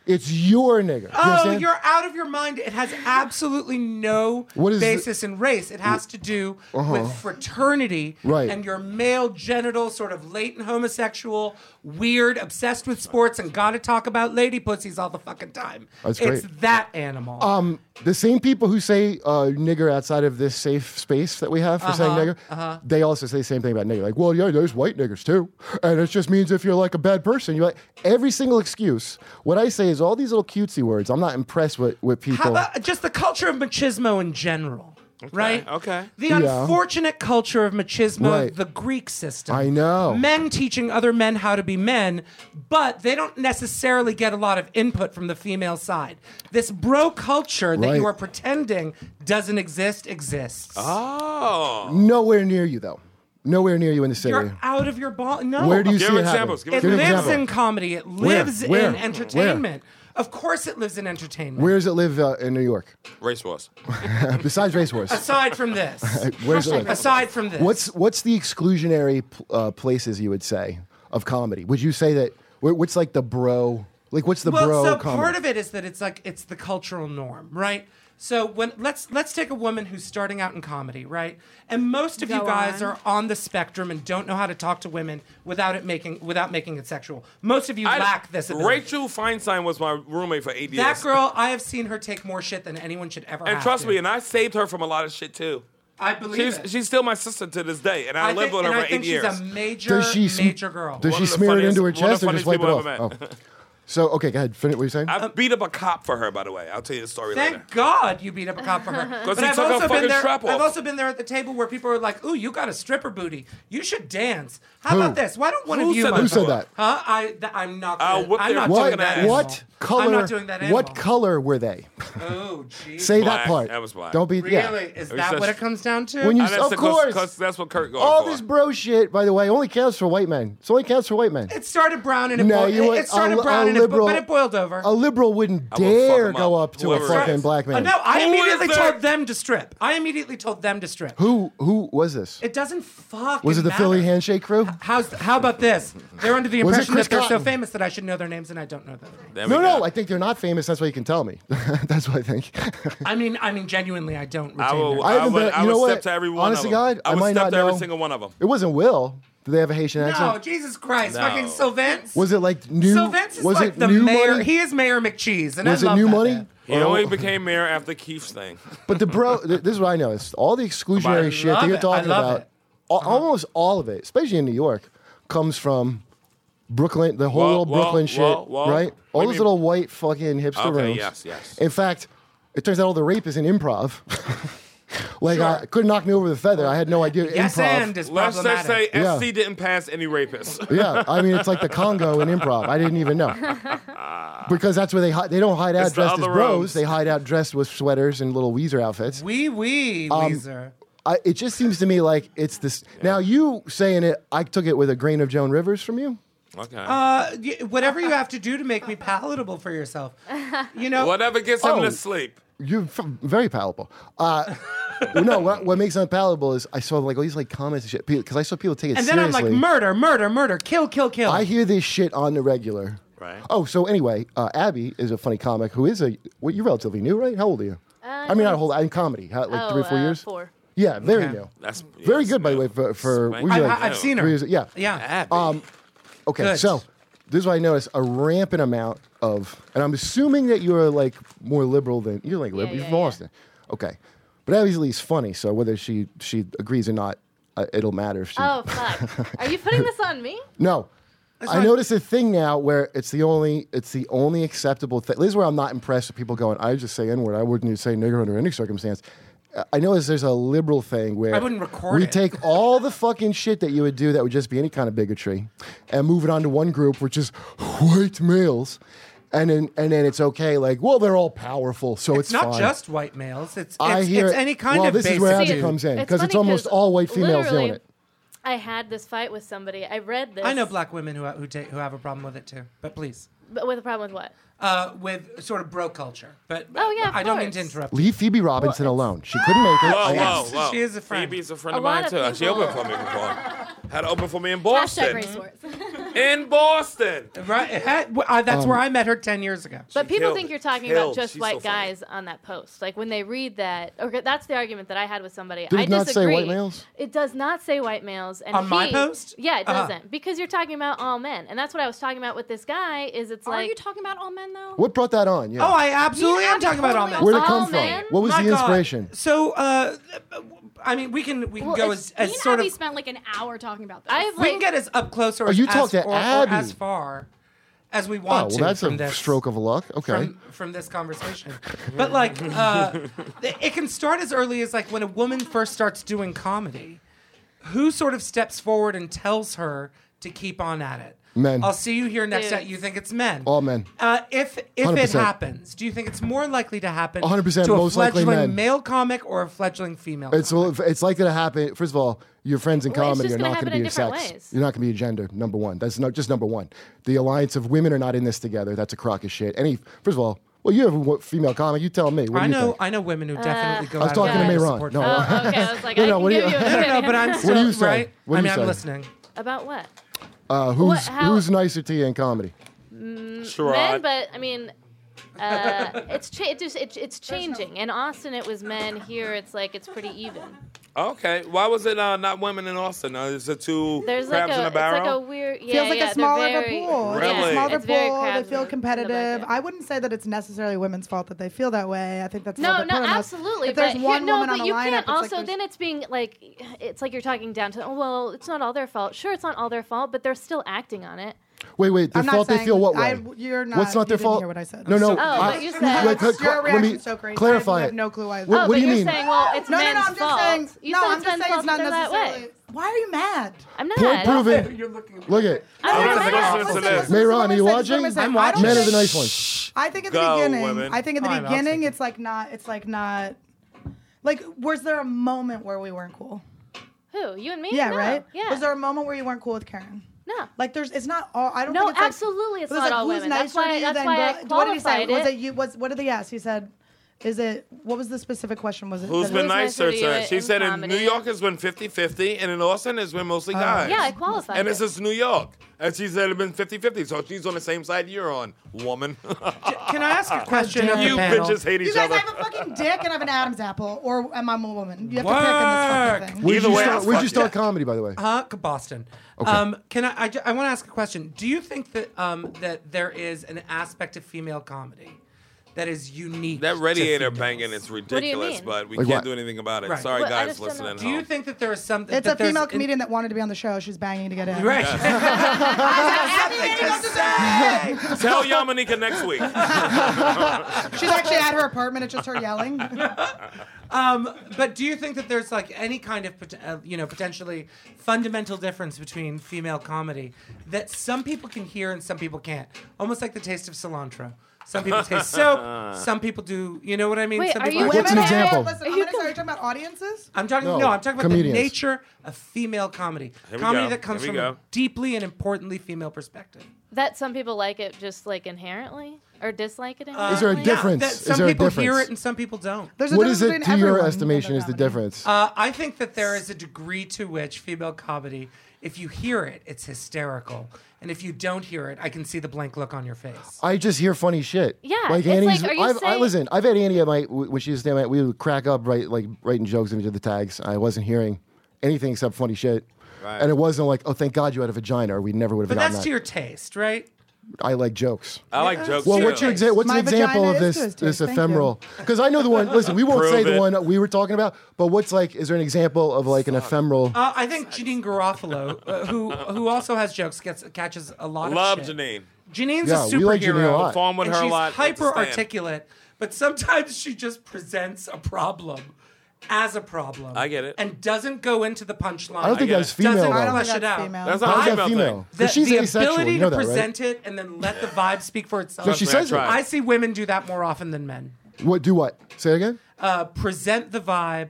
C: It's your nigger. You
D: Oh,
C: understand?
D: you're out of your mind. It has absolutely no
C: What is Uh-huh.
D: basis in race. It has to do with fraternity
C: Right.
D: and your male genital, sort of latent homosexual, weird, obsessed with sports, and gotta talk about lady pussies all the fucking time.
C: That's
D: it's
C: great.
D: that animal.
C: Um, the same people who say uh, nigger outside of this safe space that we have for
D: Uh-huh,
C: saying nigger, they also say the same thing about nigger. Like, well, yeah, there's white niggers too, and it just means if you're like a bad person, you're like every single excuse. What I say is all these little cutesy words. I'm not impressed with with
D: How
C: people.
D: about just the culture of machismo in general? right?
B: okay.
D: The
C: Yeah.
D: unfortunate culture of machismo,
C: Right.
D: the Greek system.
C: I know.
D: Men teaching other men how to be men, but they don't necessarily get a lot of input from the female side. This bro culture that
C: Right.
D: you are pretending doesn't exist exists.
B: Ah. Oh.
C: Nowhere near you though. Nowhere near you in the city.
D: You're out of your ball. No.
C: Where do you
B: Give
C: see it
B: examples,
C: happen?
B: give
D: It
C: Give an
D: lives
C: example.
D: in comedy. It lives
C: Where?
D: in
C: Where?
D: entertainment. Of course, it lives in entertainment.
C: Where does it live uh, in New York?
B: Race wars.
C: Besides race wars,
D: Aside from this.
C: where does it live?
D: Aside from this.
C: What's what's the exclusionary p- uh, places you would say of comedy? Would you say that wh- what's like the bro? Like what's the
D: well,
C: bro
D: so
C: comedy?
D: part of it is that it's like it's the cultural norm, right? So when let's let's take a woman who's starting out in comedy, right? And most of you
F: Go
D: guys
F: on.
D: are on the spectrum and don't know how to talk to women without it making without making it sexual. Most of you
B: I-
D: lack this ability.
B: Rachel Feinstein was my roommate for eight years.
D: that girl, I have seen her take more shit than anyone should ever.
B: And
D: have
B: trust
D: to.
B: me, and I saved her from a lot of shit too.
D: I believe
B: She's
D: it.
B: she's still my sister to this day, and I,
D: I
B: lived
D: think,
B: with her
D: and
B: for
D: I think
B: eight years.
D: she's a major,
C: Does she sm-
D: major girl.
C: Does
B: One
C: she
B: of the
C: smear it into her
B: funniest- one of
C: chest
B: the
C: or just
B: funniest
C: wipe it
B: people
C: off?
B: I've
C: Oh. So okay, go ahead. Finish what you're saying.
B: I beat up a cop for her, by the way. I'll tell you the story later.
D: Thank God you beat up a cop for her. But
B: he
D: I've
B: took her
D: also been
B: fucking
D: there.
B: strap off.
D: I've also been there at the table where people are like, "Ooh, you got a stripper booty. You should dance." How about this? Why don't one
B: Who
D: of you?
B: said that? Uh,
C: Who said that?
D: Huh? I th- I'm not.
B: I'll
D: gonna-
B: whip
D: I'm
B: their
D: not
B: fucking
C: What
D: doing that.
B: ass.
D: animal.
C: what color?
D: I'm not doing that. Animal.
C: What color were they?
D: Oh, jeez.
C: Say that
B: Black.
C: part.
B: That was black.
C: Don't be
D: really?
C: yeah.
D: Is
B: It was
D: that
B: just-
D: what it comes down to?
C: When you
B: And that's
C: of
B: the- 'cause-
C: course
B: 'cause that's what Kurt goes
C: all
B: for.
C: this bro shit, by the way, only counts for white men. It's only counts for white men.
D: it started brown and it,
C: no,
D: boiled,
C: you
D: it,
C: would-
D: it started
C: a,
D: brown
C: a
D: and
C: liberal,
D: it, bo- but it boiled over.
C: A liberal wouldn't
B: will fuck
C: dare
B: him
C: go
B: up.
C: up to a
B: Whoever it
C: fucking
B: is.
C: black
D: Uh,
C: man.
D: no,
B: Who
D: I
B: is
D: immediately
B: there?
D: told them to strip. I immediately told them to strip.
C: Who who was this?
D: It doesn't fuck.
C: Was it the Philly
D: matter.
C: handshake crew?
D: How's, how about this? They're under the
C: Was it
D: impression
C: Chris
D: that they're so
C: Cotton?
D: famous that I should know their names and I don't know them.
B: There
C: No,
B: we
C: no,
B: go.
C: I think they're not famous. That's why you can tell me. that's what I think.
D: I mean, I mean, genuinely, I don't retain
B: I will.
D: their
C: I
B: I,
C: haven't
B: would.
C: been-
B: I
C: you
B: would
C: know
B: step
C: what?
B: to every one
C: Honest to
B: of them.
C: God, I
B: would
C: might
B: step
C: not
B: to every
C: know.
B: single one of them.
C: It wasn't Will. Did they have a Haitian
D: No,
C: accent?
D: Jesus Christ,
B: No.
D: fucking Sylvance.
C: Was it like new?
D: Sylvance is
C: was
D: like
C: it
D: the
C: new
D: mayor.
C: money?
D: He is Mayor McCheese, and
C: was
D: I
C: it
D: love
C: new
D: that
C: money?
D: man.
B: He only became mayor after Keith's thing.
C: But the bro, th- this is what I know. It's all the exclusionary shit
D: love
C: that you're
D: it. I
C: talking
D: love
C: about.
D: it.
C: al-
B: Uh-huh.
C: Almost all of it, especially in New York, comes from Brooklyn. The whole
B: Whoa,
C: little
B: whoa,
C: Brooklyn
B: whoa,
C: shit,
B: whoa.
C: right?
B: What
C: all
B: do
C: those
B: you
C: little white fucking hipster
B: Okay,
C: rooms.
B: yes, yes.
C: In fact, it turns out all the rape is in improv. like I couldn't knock me over the feather. I had no idea.
D: Yes,
C: improv.
D: and is
B: Let's just
D: problematic.
B: say
C: Yeah.
B: SC didn't pass any rapists.
C: yeah, I mean it's like the Congo in improv. I didn't even know because that's where they hi- they don't hide out
B: It's the
C: dressed as
B: other
C: bros.
B: rooms.
C: They hide out dressed with sweaters and little Weezer outfits.
D: Wee wee,
C: Um,
D: Weezer.
C: I, it just seems to me like it's this. Now you saying it, I took it with a grain of Joan Rivers from you.
B: Okay.
D: Uh, y- whatever you have to do to make me palatable for yourself, you know.
B: Whatever gets him
C: oh.
B: to sleep.
C: You're f- very palatable. Uh, no, what, what makes it palatable is I saw like all these like comments and shit because I saw people take it
D: And then
C: seriously.
D: I'm like, murder, murder, murder, kill, kill, kill.
C: I hear this shit on the regular.
B: Right.
C: Oh, so anyway, uh, Abby is a funny comic who is a. Well, you're relatively new, right? How old are you? I mean, not a whole. In comedy, how, like
F: Uh, Oh,
C: three or four
F: uh,
C: years.
F: Four.
C: Yeah, very
D: Okay.
C: new.
B: That's
C: Very
B: yes,
C: good, by the
B: no.
C: way, for, for
B: Spank.
C: we
D: I,
C: like-
D: I, have seen her.
C: we use it- yeah.
D: Yeah.
B: Um,
C: Okay,
D: Good.
C: so this is what I noticed: a rampant amount of, and I'm assuming that you're like more liberal than you're like liberal. you're
F: Yeah, yeah,
C: from
F: yeah.
C: Austin, okay? But Abby's Lee's funny, so whether she she agrees or not, uh, it'll matter if she.
F: Oh fuck! Are you putting this on me?
C: No. I
D: not-
C: noticed a thing now where it's the only it's the only acceptable thing. This is where I'm not impressed with people going. I just say n-word. I wouldn't even say nigger under any circumstance. Uh, I noticed there's a liberal thing where
D: I wouldn't record
C: we
D: it.
C: take all the fucking shit that you would do that would just be any kind of bigotry, and move it onto one group, which is white males, and then and then it's okay. Like, well, they're all powerful, so it's,
D: It's not
C: fine.
D: just white males. It's
C: I
D: it's,
C: hear
D: it's
C: it-
D: any kind
C: well,
D: of
C: this is
D: basic.
C: where Abby
F: See,
C: comes in
F: it's
C: because it's
F: funny
C: almost
F: 'cause
C: all white females doing
F: literally,
C: it.
F: I had this fight with somebody. I read this.
D: I know black women who who take, who have a problem with it too. But please,
F: But with a problem with what?
D: uh, with sort of bro culture. But
F: Oh, yeah, of
D: I don't mean to
F: course.
D: interrupt.
C: Leave Phoebe Robinson alone. She couldn't make it.
B: Whoa,
C: I
B: whoa,
C: asked.
B: whoa.
D: She is a friend.
B: Phoebe's a friend
F: A
B: of
F: lot
B: mine,
F: of
B: too. She
F: people-
B: opened for me before. Had to open for me in
F: Hashtag
B: Boston.
F: race wars.
C: Mm-hmm.
B: In Boston.
D: Right? it had- well, uh, that's
C: Um,
D: where I met her ten years ago.
F: But people
B: killed
F: think
B: it.
F: you're talking
B: Killed.
F: about just
B: She's so
F: white
B: funny.
F: guys on that post. Like when they read that, okay, that's the argument that I had with somebody.
C: Did
F: I
C: it not say
F: disagree.
C: white males?
F: It does not say white males. And
D: On my
F: he-
D: post?
F: Yeah, it
D: Uh-huh.
F: doesn't because you're talking about all men, and that's what I was talking about with this guy. Is it's
G: Are
F: like
G: you talking about all men though?
C: What brought that on? Yeah.
D: Oh, I absolutely
G: Yeah,
D: am talking about all
G: totally.
D: men.
C: Where'd it
F: Oh,
C: come
F: man.
C: from? What was
D: My
C: the
D: God.
C: inspiration?
D: So, uh, I mean, we can we can
F: Well,
D: go
F: it's-
D: as,
G: Me
D: as
G: and
D: sort
G: Abby
D: of
G: spent like an hour talking about this.
F: I have
D: we can
F: like
D: get as up close or
C: Oh,
D: as
C: you talked to
D: as- or, or
C: Abby.
D: as far as we
C: Oh,
D: want
C: well,
D: to.
C: that's
D: from
C: a
D: this.
C: stroke of luck. Okay.
D: from from this conversation. but like, uh, th- it can start as early as like when a woman first starts doing comedy. Who sort of steps forward and tells her to keep on at it?
C: Men.
D: I'll see you here next time.
F: Dudes.
D: You think it's men?
C: All men.
D: Uh, if if it
C: 100%.
D: happens, do you think it's more likely to happen
C: 100%
D: to a
C: most likely men.
D: fledgling male comic or a fledgling female?
C: it's
D: comic?
C: well, it's likely to happen. First of all, your friends in
F: Well, it's
C: comedy
F: just
C: are
F: gonna
C: not going to
F: happen
C: be
F: in
C: your
F: different
C: sex.
F: ways.
C: You're not going to be your gender. Number one. That's not just number one. The alliance of women are not in this together. That's a crock of shit. Any first of all, well, you have a wo- female comic. You tell me. What do
D: I
C: you
D: know
C: think?
D: I know women who definitely go.
C: I was
D: out of
C: talking
D: their
F: to
D: way
C: Mehran.
D: support
C: No,
D: them.
C: I-
F: Oh, okay. I was like,
C: No,
F: I
C: no,
F: can
C: what do
F: give
C: you-
F: you an
C: No,
D: no, no,
F: opinion.
D: but I'm still
C: do you say?
D: right.
C: What do
D: I
C: you
D: mean,
C: say?
D: I'm listening.
F: about what?
C: uh, who's
F: how-
C: who's nicer to you in comedy?
F: Men,
B: Sherrod.
F: but I mean, uh, it's cha- it just it, it's changing. In Austin, it was men. Here, it's like it's pretty even.
B: Okay. Why was it uh, not women in Austin? Uh, is it two
F: There's
B: crabs
F: like a,
B: in a
F: it's like a
B: barrel?
F: weird.
E: feels
F: Yeah, yeah,
E: like
F: they're
E: a smaller of a
F: very,
E: pool. It's
B: Really?
E: a smaller
F: it's very
E: pool. They
F: crabs
E: feel
F: in- in
E: competitive.
F: the
E: I
F: bucket.
E: wouldn't say that it's necessarily women's fault that they feel that way. I think that's
F: No,
E: how they
F: no,
E: put 'em as-
F: absolutely.
E: If there's
F: but
E: one
F: here, no,
E: woman
F: but
E: on a
F: you
E: lineup,
F: can't.
E: it's like
F: Also,
E: there's-
F: then it's being like, it's like you're talking down to. Oh well, it's not all their fault. Sure, it's not all their fault, but they're still acting on it.
C: Wait, wait. Their
E: I'm not
C: fault. They
E: saying-
C: feel what way?
E: I- you're not-
C: What's not
E: you
C: their
E: didn't
C: fault?
E: hear what I said.
C: No, no.
E: Oh,
C: I-
F: but you said-
C: Wait, cl-
E: Your
C: cl- let me
E: reaction's so crazy. I
C: clarify
E: have
C: it.
E: no clue why it's
C: What,
F: oh,
C: what
F: but
C: do you
F: you're
C: mean?
F: saying, well, it's
E: No, no,
F: men's
E: no. I'm just
F: fault.
E: saying.
F: you
E: no,
F: said
E: I'm just
F: it's men's
E: saying
F: fault
E: it's not
F: that they're
E: necessarily.
F: that way.
E: Why are you mad?
F: I'm not.
C: Point proven. Look at.
F: I'm
B: I'm not gonna
F: not mad. Listen,
B: listen to
F: listen,
B: this.
C: Mehran, are you watching?
E: I'm
D: watching.
C: Men are the
D: think-
C: nice ones.
E: I think at the
B: Go,
E: beginning,
B: women.
E: I think at the
D: Fine, I'll take
E: beginning,
D: it.
E: it's like not, it's like not, like was there a moment where we weren't cool?
F: Who? You and me?
E: Yeah,
F: No.
E: right.
F: Yeah.
E: Was there a moment where you weren't cool with Karen?
F: no.
E: Like there's, it's not all. I don't.
F: No,
E: think it's like-
F: absolutely it's
E: but it's
F: not
E: like,
F: all
E: who's
F: women.
E: nicer
F: That's
E: to
F: why-
E: you
F: that's
E: than
F: why I
E: girl- What did he say?
F: qualified
E: Was
F: it.
E: it you? Was what did he ask? He said, "Is it? What was the specific question? Was it?
B: Who's
E: that-
B: been
F: Who's
B: nicer
F: nicer to
B: to
F: you
B: her? She
F: in
B: said in
F: comedy?
B: New York it's been 50 50, and in Austin it's been
C: Uh,
B: mostly guys.
F: Yeah, I qualified.
B: And this
F: it.
B: is New York. And she said it's been 50 50, so she's on the same side you're on, woman.
D: Can I ask a question of the
B: you
D: panel?
B: bitches hate
E: You
B: each
E: guys, I
B: other.
E: have a fucking dick and I have an Adam's apple, or am I a woman? You have to pick in this fucking thing.
C: Where'd
B: Either
C: you
B: way,
C: start,
B: I'll
C: where'd
B: fuck
C: you start
B: you.
C: comedy, by the way?
D: Huh? K- Boston. Um, can I? I, ju- I want to ask a question. Do you think that um, that there is an aspect of female comedy that is unique?
B: That
D: to
B: radiator
D: females?
B: banging is
F: do you
B: ridiculous,
F: mean?
B: but we
C: Like
B: can't
C: what?
B: do anything about it.
D: Right.
B: Sorry,
F: Well, I
B: guys
F: just don't
B: listening.
F: know.
D: Do you think that there is something?
E: It's a
D: that there's
E: female
D: an-
E: comedian that wanted to be on the show. She's banging to get in.
D: Right. I have something to say.
B: Tell Yamanika next week.
E: She's actually at her apartment. It's just her yelling.
D: But do you think that there's like any kind of pot- uh, you know potentially fundamental difference between female comedy that some people can hear and some people can't? Almost like the taste of cilantro. Some people taste soap. Some people do. You know what I mean?
F: Wait,
D: some
F: are
D: people
F: you
D: aren't.
C: What's an
E: Women-
C: example?
E: Listen, I'm
F: You
E: gonna-
F: can-
E: are you talking about audiences?
D: I'm talking.
C: No,
D: No, I'm talking about
C: comedians.
D: the nature of female comedy.
B: Here we
D: comedy
B: go.
D: that comes
B: Here
D: from
B: we
D: a
B: go.
D: deeply and importantly female perspective.
F: that some people like it just like inherently. or dislike it?
C: Is there a
F: inherently?
C: difference?
D: That
C: Is
D: some
C: there a
D: people hear
C: difference?
D: it and some people don't.
E: There's a
C: What is it
E: difference
C: to
E: between
C: your
E: everyone
C: estimation
E: and
C: is the
E: comedy.
C: difference?
D: Uh, I think that there is a degree to which female comedy, if you hear it, it's hysterical, and if you don't hear it, I can see the blank look on your face.
C: I just hear funny shit.
F: Yeah,
C: like
F: it's like,
C: Annie's.
F: are you
C: I've, I
F: saying-
C: listen. I've had Annie at my when she was standing. at- We would crack up right like writing jokes and we did the tags. I wasn't hearing anything except funny shit.
B: Right.
C: And it wasn't like, oh, thank God you had a vagina, or we never would have
D: But
C: gotten
D: that's
C: that.
D: to your taste, right?
C: I like jokes.
B: I like jokes.
C: Well,
B: too.
C: what's your exa- what's an
E: My
C: example
E: vagina
C: of
E: is
C: this
E: good, too.
C: this
E: Thank you.
C: ephemeral? Because I know the one. Listen, we won't
B: Prove
C: say the
B: it.
C: one we were talking about, but what's like? Is there an example of like an ephemeral?
D: Uh, I think Janine Garofalo, uh, who who also has jokes, gets catches a lot
B: Love
D: of shit.
B: Janine.
D: Janine's a
C: Yeah,
D: superhero.
C: we like Janine a lot.
B: Farm with
D: and
B: her
D: she's
B: a lot. That's a
D: hyper
B: stand.
D: articulate, but sometimes she just presents a problem as a problem.
B: I get it.
D: And doesn't go into the punchline.
C: I don't think
B: I get
C: that was
B: it.
C: female.
D: doesn't
C: though.
E: I don't
D: flesh
E: think
D: it
E: that's
D: out.
E: female.
B: That's
C: How's
B: not
C: that
B: female.
C: female?
B: Thing.
D: The,
C: 'Cause she's
D: the
C: asexual.
D: ability
C: You know
D: to
C: that, right?
D: present it and then let the vibe speak for itself.
C: So she
B: me, I
C: says
B: tried.
C: it.
D: I see women do that more often than men.
C: What? Do what? Say it again.
D: Uh, present the vibe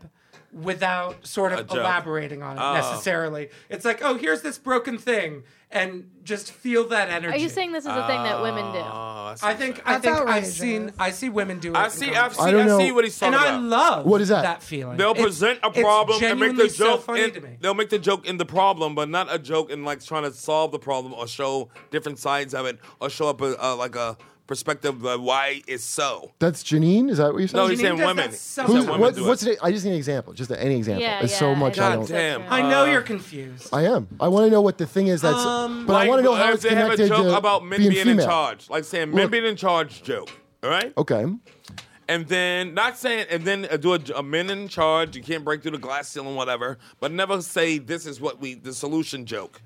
D: without sort of
B: joke. Oh.
D: elaborating on it necessarily. It's like, oh, here's this broken thing, and just feel that energy.
F: Are you saying this is a thing that women do?
B: Oh,
D: I think I
E: That's
D: think I've
E: outrageous.
D: seen I see women do it.
B: I
D: in
B: see.
D: comedy.
B: I've seen.
C: I don't
B: I see
C: know.
B: what he's talking
D: and I
B: about.
D: love
C: What is that?
D: that feeling.
B: They'll
D: It's-
B: present a
D: it's
B: problem and make the
D: genuinely so
B: joke.
D: funny
B: in-
D: to me.
B: They'll make the joke in the problem, but not a joke in like trying to solve the problem or show different sides of it or show up a, a like a perspective of why it's so.
C: That's Janine. Is that what you said?
B: No, he's
D: Janine
B: saying
D: does
B: women.
D: that
B: He
D: so
B: said
C: Who's,
D: that
B: women
D: women
C: what,
B: do
C: what's
B: it.
C: it? I just need an example. Just any example.
F: Yeah,
C: It's
F: yeah,
C: so much.
F: I
C: I don't.
F: think so.
B: Goddamn. Uh,
D: I know you're confused.
C: I am. I want to know what the thing is that's. but I
B: Like,
C: want to know how
B: uh,
C: it's
B: they have a
C: connected
B: joke
C: to
B: about men
C: being
B: being, in
C: female.
B: charge, like saying men
C: Look-
B: being in charge joke. All right,
C: Okay.
B: and then not saying, and then uh, do a, a men in charge. You can't break through the glass ceiling, whatever. But never say this is what we the solution joke.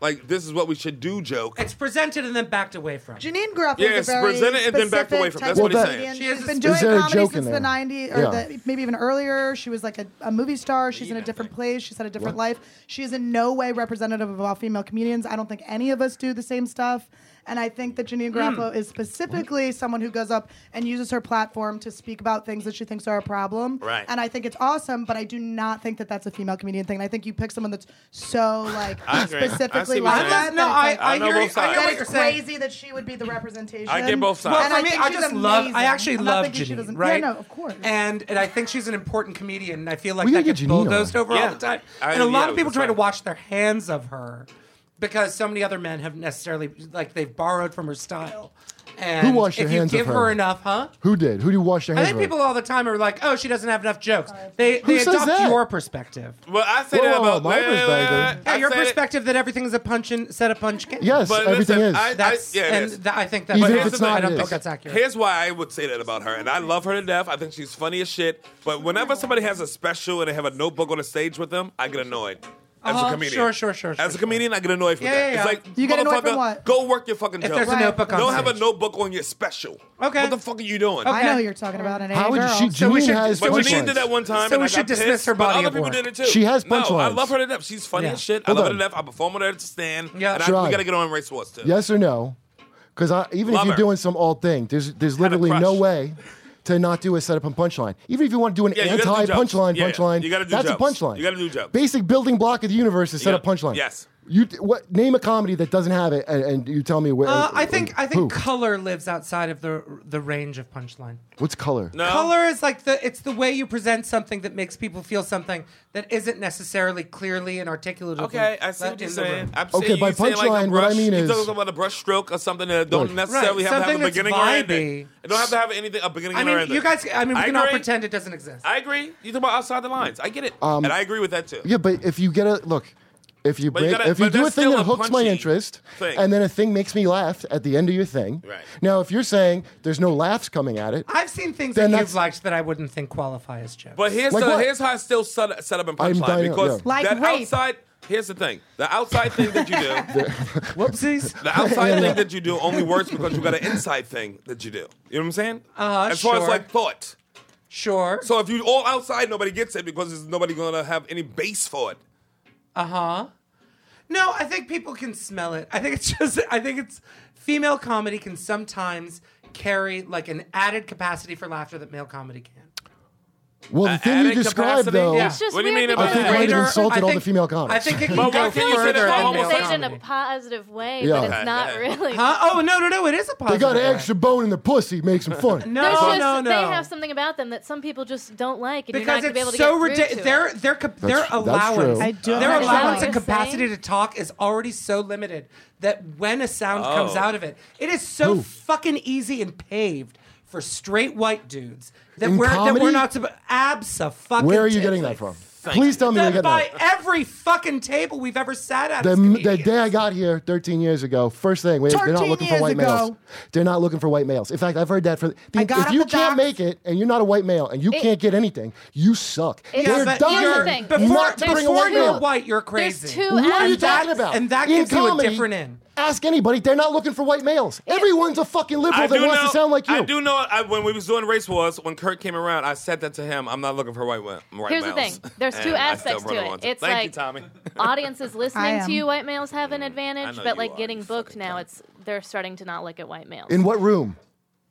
B: Like this is what we should do joke.
D: It's presented and then backed away from.
E: Janine Gruff
B: Yeah,
E: is
B: it's
E: a very
B: presented and then backed
E: specific
B: away from.
E: type
B: That's
E: of
C: what he's saying.
E: comedian.
D: She has
E: She's
D: a
E: been
D: spe-
E: doing
C: Is there a
E: comedy
C: joke in
E: since the
C: there?
E: 90s, or
C: Yeah.
E: the, maybe even earlier. She was like a, a movie star. She's in a different place. She's had a different life. She is in no way representative of all female comedians. I don't think any of us do the same stuff. And I think that Janine Garofalo is specifically someone who goes up and uses her platform to speak about things that she thinks are a problem.
B: Right.
E: And I think it's awesome, but I do not think that that's a female comedian thing. And I think you pick someone that's so like
B: I agree. I see
E: specifically
B: what
E: like
B: you're saying.
D: I'm not,
E: that.
D: no,
E: that it's
D: I,
E: like-
D: I,
B: I know
D: hear, you-
B: both
D: I hear
B: sides.
D: what
E: that
D: you're
E: it's
D: saying.
E: crazy that she would be the representation.
B: I get both sides.
D: Well,
E: And
D: for
E: I
D: me,
E: think
D: I
E: she's
D: just love. I
E: amazing.
D: actually
E: I'm not
D: love
E: thinking she
D: Janine,
E: doesn't-
D: right?
E: Yeah, no, of course.
D: And and I think she's an important comedian, and I feel like
C: We
D: that
C: gotta
D: gets
C: get Janine
D: bulldozed
C: on.
D: over
B: Yeah.
D: all the time.
B: I-
D: and a lot
B: yeah,
D: of people
B: that's
D: try to
B: right.
D: wash their hands of her because so many other men have necessarily like they've borrowed from her style. And
C: washed their
D: if
C: hands
D: you
C: of
D: give
C: her?
D: enough, huh?
C: Who did? Who do you wash your
D: I
C: hands?
D: think
C: with?
D: people all the time are like, "Oh, she doesn't have enough jokes." They they
C: says
D: adopt
C: that?
D: your perspective.
B: Well, I say
C: Whoa,
B: that
C: whoa,
B: about
C: whoa,
B: Wait,
C: my
B: wait, wait,
C: perspective.
B: wait.
D: Yeah,
B: I
D: your
B: say that-
D: perspective that everything is a punch and set a punch game.
C: Yes,
B: But
C: everything
B: listen,
C: is.
B: I-
D: that's
B: yeah, it
D: and
B: is.
D: th- I think that.
C: Even
D: but
C: if
D: here's
C: it's
D: the thing,
C: not,
D: I don't
C: it
D: think
C: is.
D: that's accurate.
B: Here's why I would say that about her, and I love her to death. I think she's funny as shit. But whenever somebody has a special and they have a notebook on the stage with them, I get annoyed. As
D: Uh-huh,
B: a comedian,
D: sure, sure, sure,
B: As
D: sure,
B: a comedian, I get annoyed from
D: Yeah,
B: that.
D: yeah,
B: It's
D: yeah.
B: like,
E: You get annoyed
B: motherfucker,
E: from what?
B: go work your fucking
D: if
B: joke.
D: there's a
E: Right.
D: notebook on
B: Don't have a
D: stage.
B: notebook on your special.
D: Okay.
B: What the fuck are you doing?
E: I
D: Okay.
E: know who you're talking about. And
C: How
E: Annie
C: would you?
E: Girl.
C: She, Janine
D: So we should-
C: has
D: so
B: But
D: we
C: punch
D: should-
B: Janine
C: lines.
B: did that one time.
D: So
B: and
D: we
B: I
D: should
B: got
D: dismiss
B: pissed,
D: her
B: but
D: body
B: Other
D: of
B: people
D: work.
B: did it too.
C: She has
B: no, I
C: punchlines.
B: love her to death. She's funny
D: Yeah.
B: as shit.
C: Hold
B: I love
C: on.
B: her to death. I perform with her to stand.
D: Yeah.
B: and I,
C: Try.
B: we gotta get on race wars too.
C: Yes or no? Because even
B: Love
C: if you're
B: her.
C: doing some alt thing, there's there's literally
B: crush.
C: no way to not do a setup and punchline. Even if you want to do an
B: Yeah, you gotta do
C: anti
B: jokes.
C: punchline
B: Yeah, yeah.
C: punchline,
B: You gotta do
C: that's
B: jokes.
C: a punchline.
B: You gotta do jokes.
C: Basic building block of the universe is setup
B: gotta-
C: punchline.
B: yes.
C: You what? Name a comedy that doesn't have it, and, and you tell me where.
D: Uh, I think I think
C: who?
D: color lives outside of the the range of punchline.
C: What's color?
B: No.
D: Color is like the it's the way you present something that makes people feel something that isn't necessarily clearly and articulate.
B: Okay, I see what you're saying. I'm saying
C: Okay, by
B: you're saying, like, a
C: punchline, what I
B: brush-
C: mean
B: you're
C: is-
B: talking about a brush stroke or something that don't
C: Look.
B: necessarily
D: Right,
B: have to have
D: something
B: a
D: that's
B: beginning or ending.
D: vibey.
B: It don't have to have anything a beginning
D: I
B: or
D: mean,
B: ending.
D: you guys. I mean, we
B: I
D: can all
B: agree.
D: pretend it doesn't exist.
B: I agree. You talk about outside the lines. I get it, and I agree with that too.
C: Yeah, but if you get a look, if you
B: But you
C: break,
B: gotta-
C: if you
B: but
C: do a
B: that's
C: thing
B: still
C: that
B: a
C: hooks my
B: punchy
C: interest,
B: thing.
C: and then a thing makes me laugh at the end of your thing.
B: Right.
C: Now, if you're saying there's no laughs coming at it,
D: I've seen things
C: Then
D: that
C: that's-
D: you've liked that I wouldn't think qualify as jokes.
B: But here's
C: Like
B: the,
C: what?
B: here's how I still set, set up and
C: I'm
B: punchline
C: dying-
B: because
C: yeah.
E: Like
B: that
E: rape.
B: outside. Here's the thing: the outside thing that you do,
D: whoopsies.
B: the outside thing that you do, only works because you got an inside thing that you do. You know what I'm saying?
D: Uh-huh,
B: as far as
D: sure.
B: like thought.
D: Sure.
B: So if you all outside, nobody gets it because there's nobody gonna have any base for it.
D: No, I think people can smell it. I think it's just, I think it's female comedy can sometimes carry like an added capacity for laughter that male comedy can.
C: Well, the
B: Uh,
C: thing you
B: added
C: described,
B: capacity?
C: though,
B: Yeah.
F: It's just
B: What do you
F: weird
B: mean about
C: I think
F: because-
C: might have
D: Greater-
C: insulted all
D: I
C: the
D: think-
C: female comics.
D: I think it can
B: But
D: go
B: why can't you say
D: further
B: that's
D: than
B: almost
D: male
F: conversation in a
D: comedy.
F: positive way,
C: Yeah.
F: but it's not really.
D: Huh? Oh no no no! It is a
C: they
D: positive.
C: got an
D: way.
C: extra bone in their pussy, makes them funny.
D: No
F: There's just,
D: no no.
F: They have something about them that some people just don't like, and
D: because
F: you're
D: it's
F: not going to be
D: so
F: able to get
D: ridiculous.
F: through to
D: Their
F: it.
D: their cap- their
C: That's- that's
D: allowance,
C: true. I
E: do
D: their
E: understand
D: allowance
E: what
D: and
F: you're
D: capacity
F: saying.
D: to talk is already so limited that when a sound comes
B: Oh.
D: out of it, it is so
C: Who?
D: fucking easy and paved for straight white dudes that
C: In
D: we're that
C: comedy?
D: we're not supposed. Absa fucking.
C: Where are you getting that from? Please tell me where you
D: That
C: get
D: by
C: that.
D: every fucking table we've ever sat at.
C: The,
D: as
C: the
D: comedians.
C: day I got here 13 years ago, first thing, wait, they're not
E: 13
C: looking for
E: years
C: white
E: ago.
C: males. They're not looking for white males. In fact, I've heard that for
E: I got
C: if
E: up
C: you
E: the
C: can't
E: docs.
C: make it and you're not a white male and you
F: It-
C: can't get anything, you suck.
F: It-
C: they're
F: Yeah,
D: but
F: dying
D: you're-
F: thing.
D: before,
C: not to bring a
D: before
C: white
D: you're
C: male.
D: white, you're
F: There's
D: crazy.
F: two
C: What are you
F: aspects.
C: talking about?
D: and that
C: In
D: gives you a
C: comedy,
D: different in.
C: Ask anybody. They're not looking for white males. Everyone's a fucking liberal that wants to sound like you.
B: I do know. I, when we was doing race wars, when Kurt came around, I said that to him. I'm not looking for white women. Right
F: Here's the thing. There's two aspects to it. It's
B: Thank
F: like
B: you, Tommy. Mm.
F: audiences listening
E: am.
F: to you, white males have an advantage,
B: know
F: but
B: you
F: like
B: are,
F: getting
B: you
F: booked
B: fucking
F: now,
B: cunt.
F: it's they're starting to not look at white males.
C: In what room?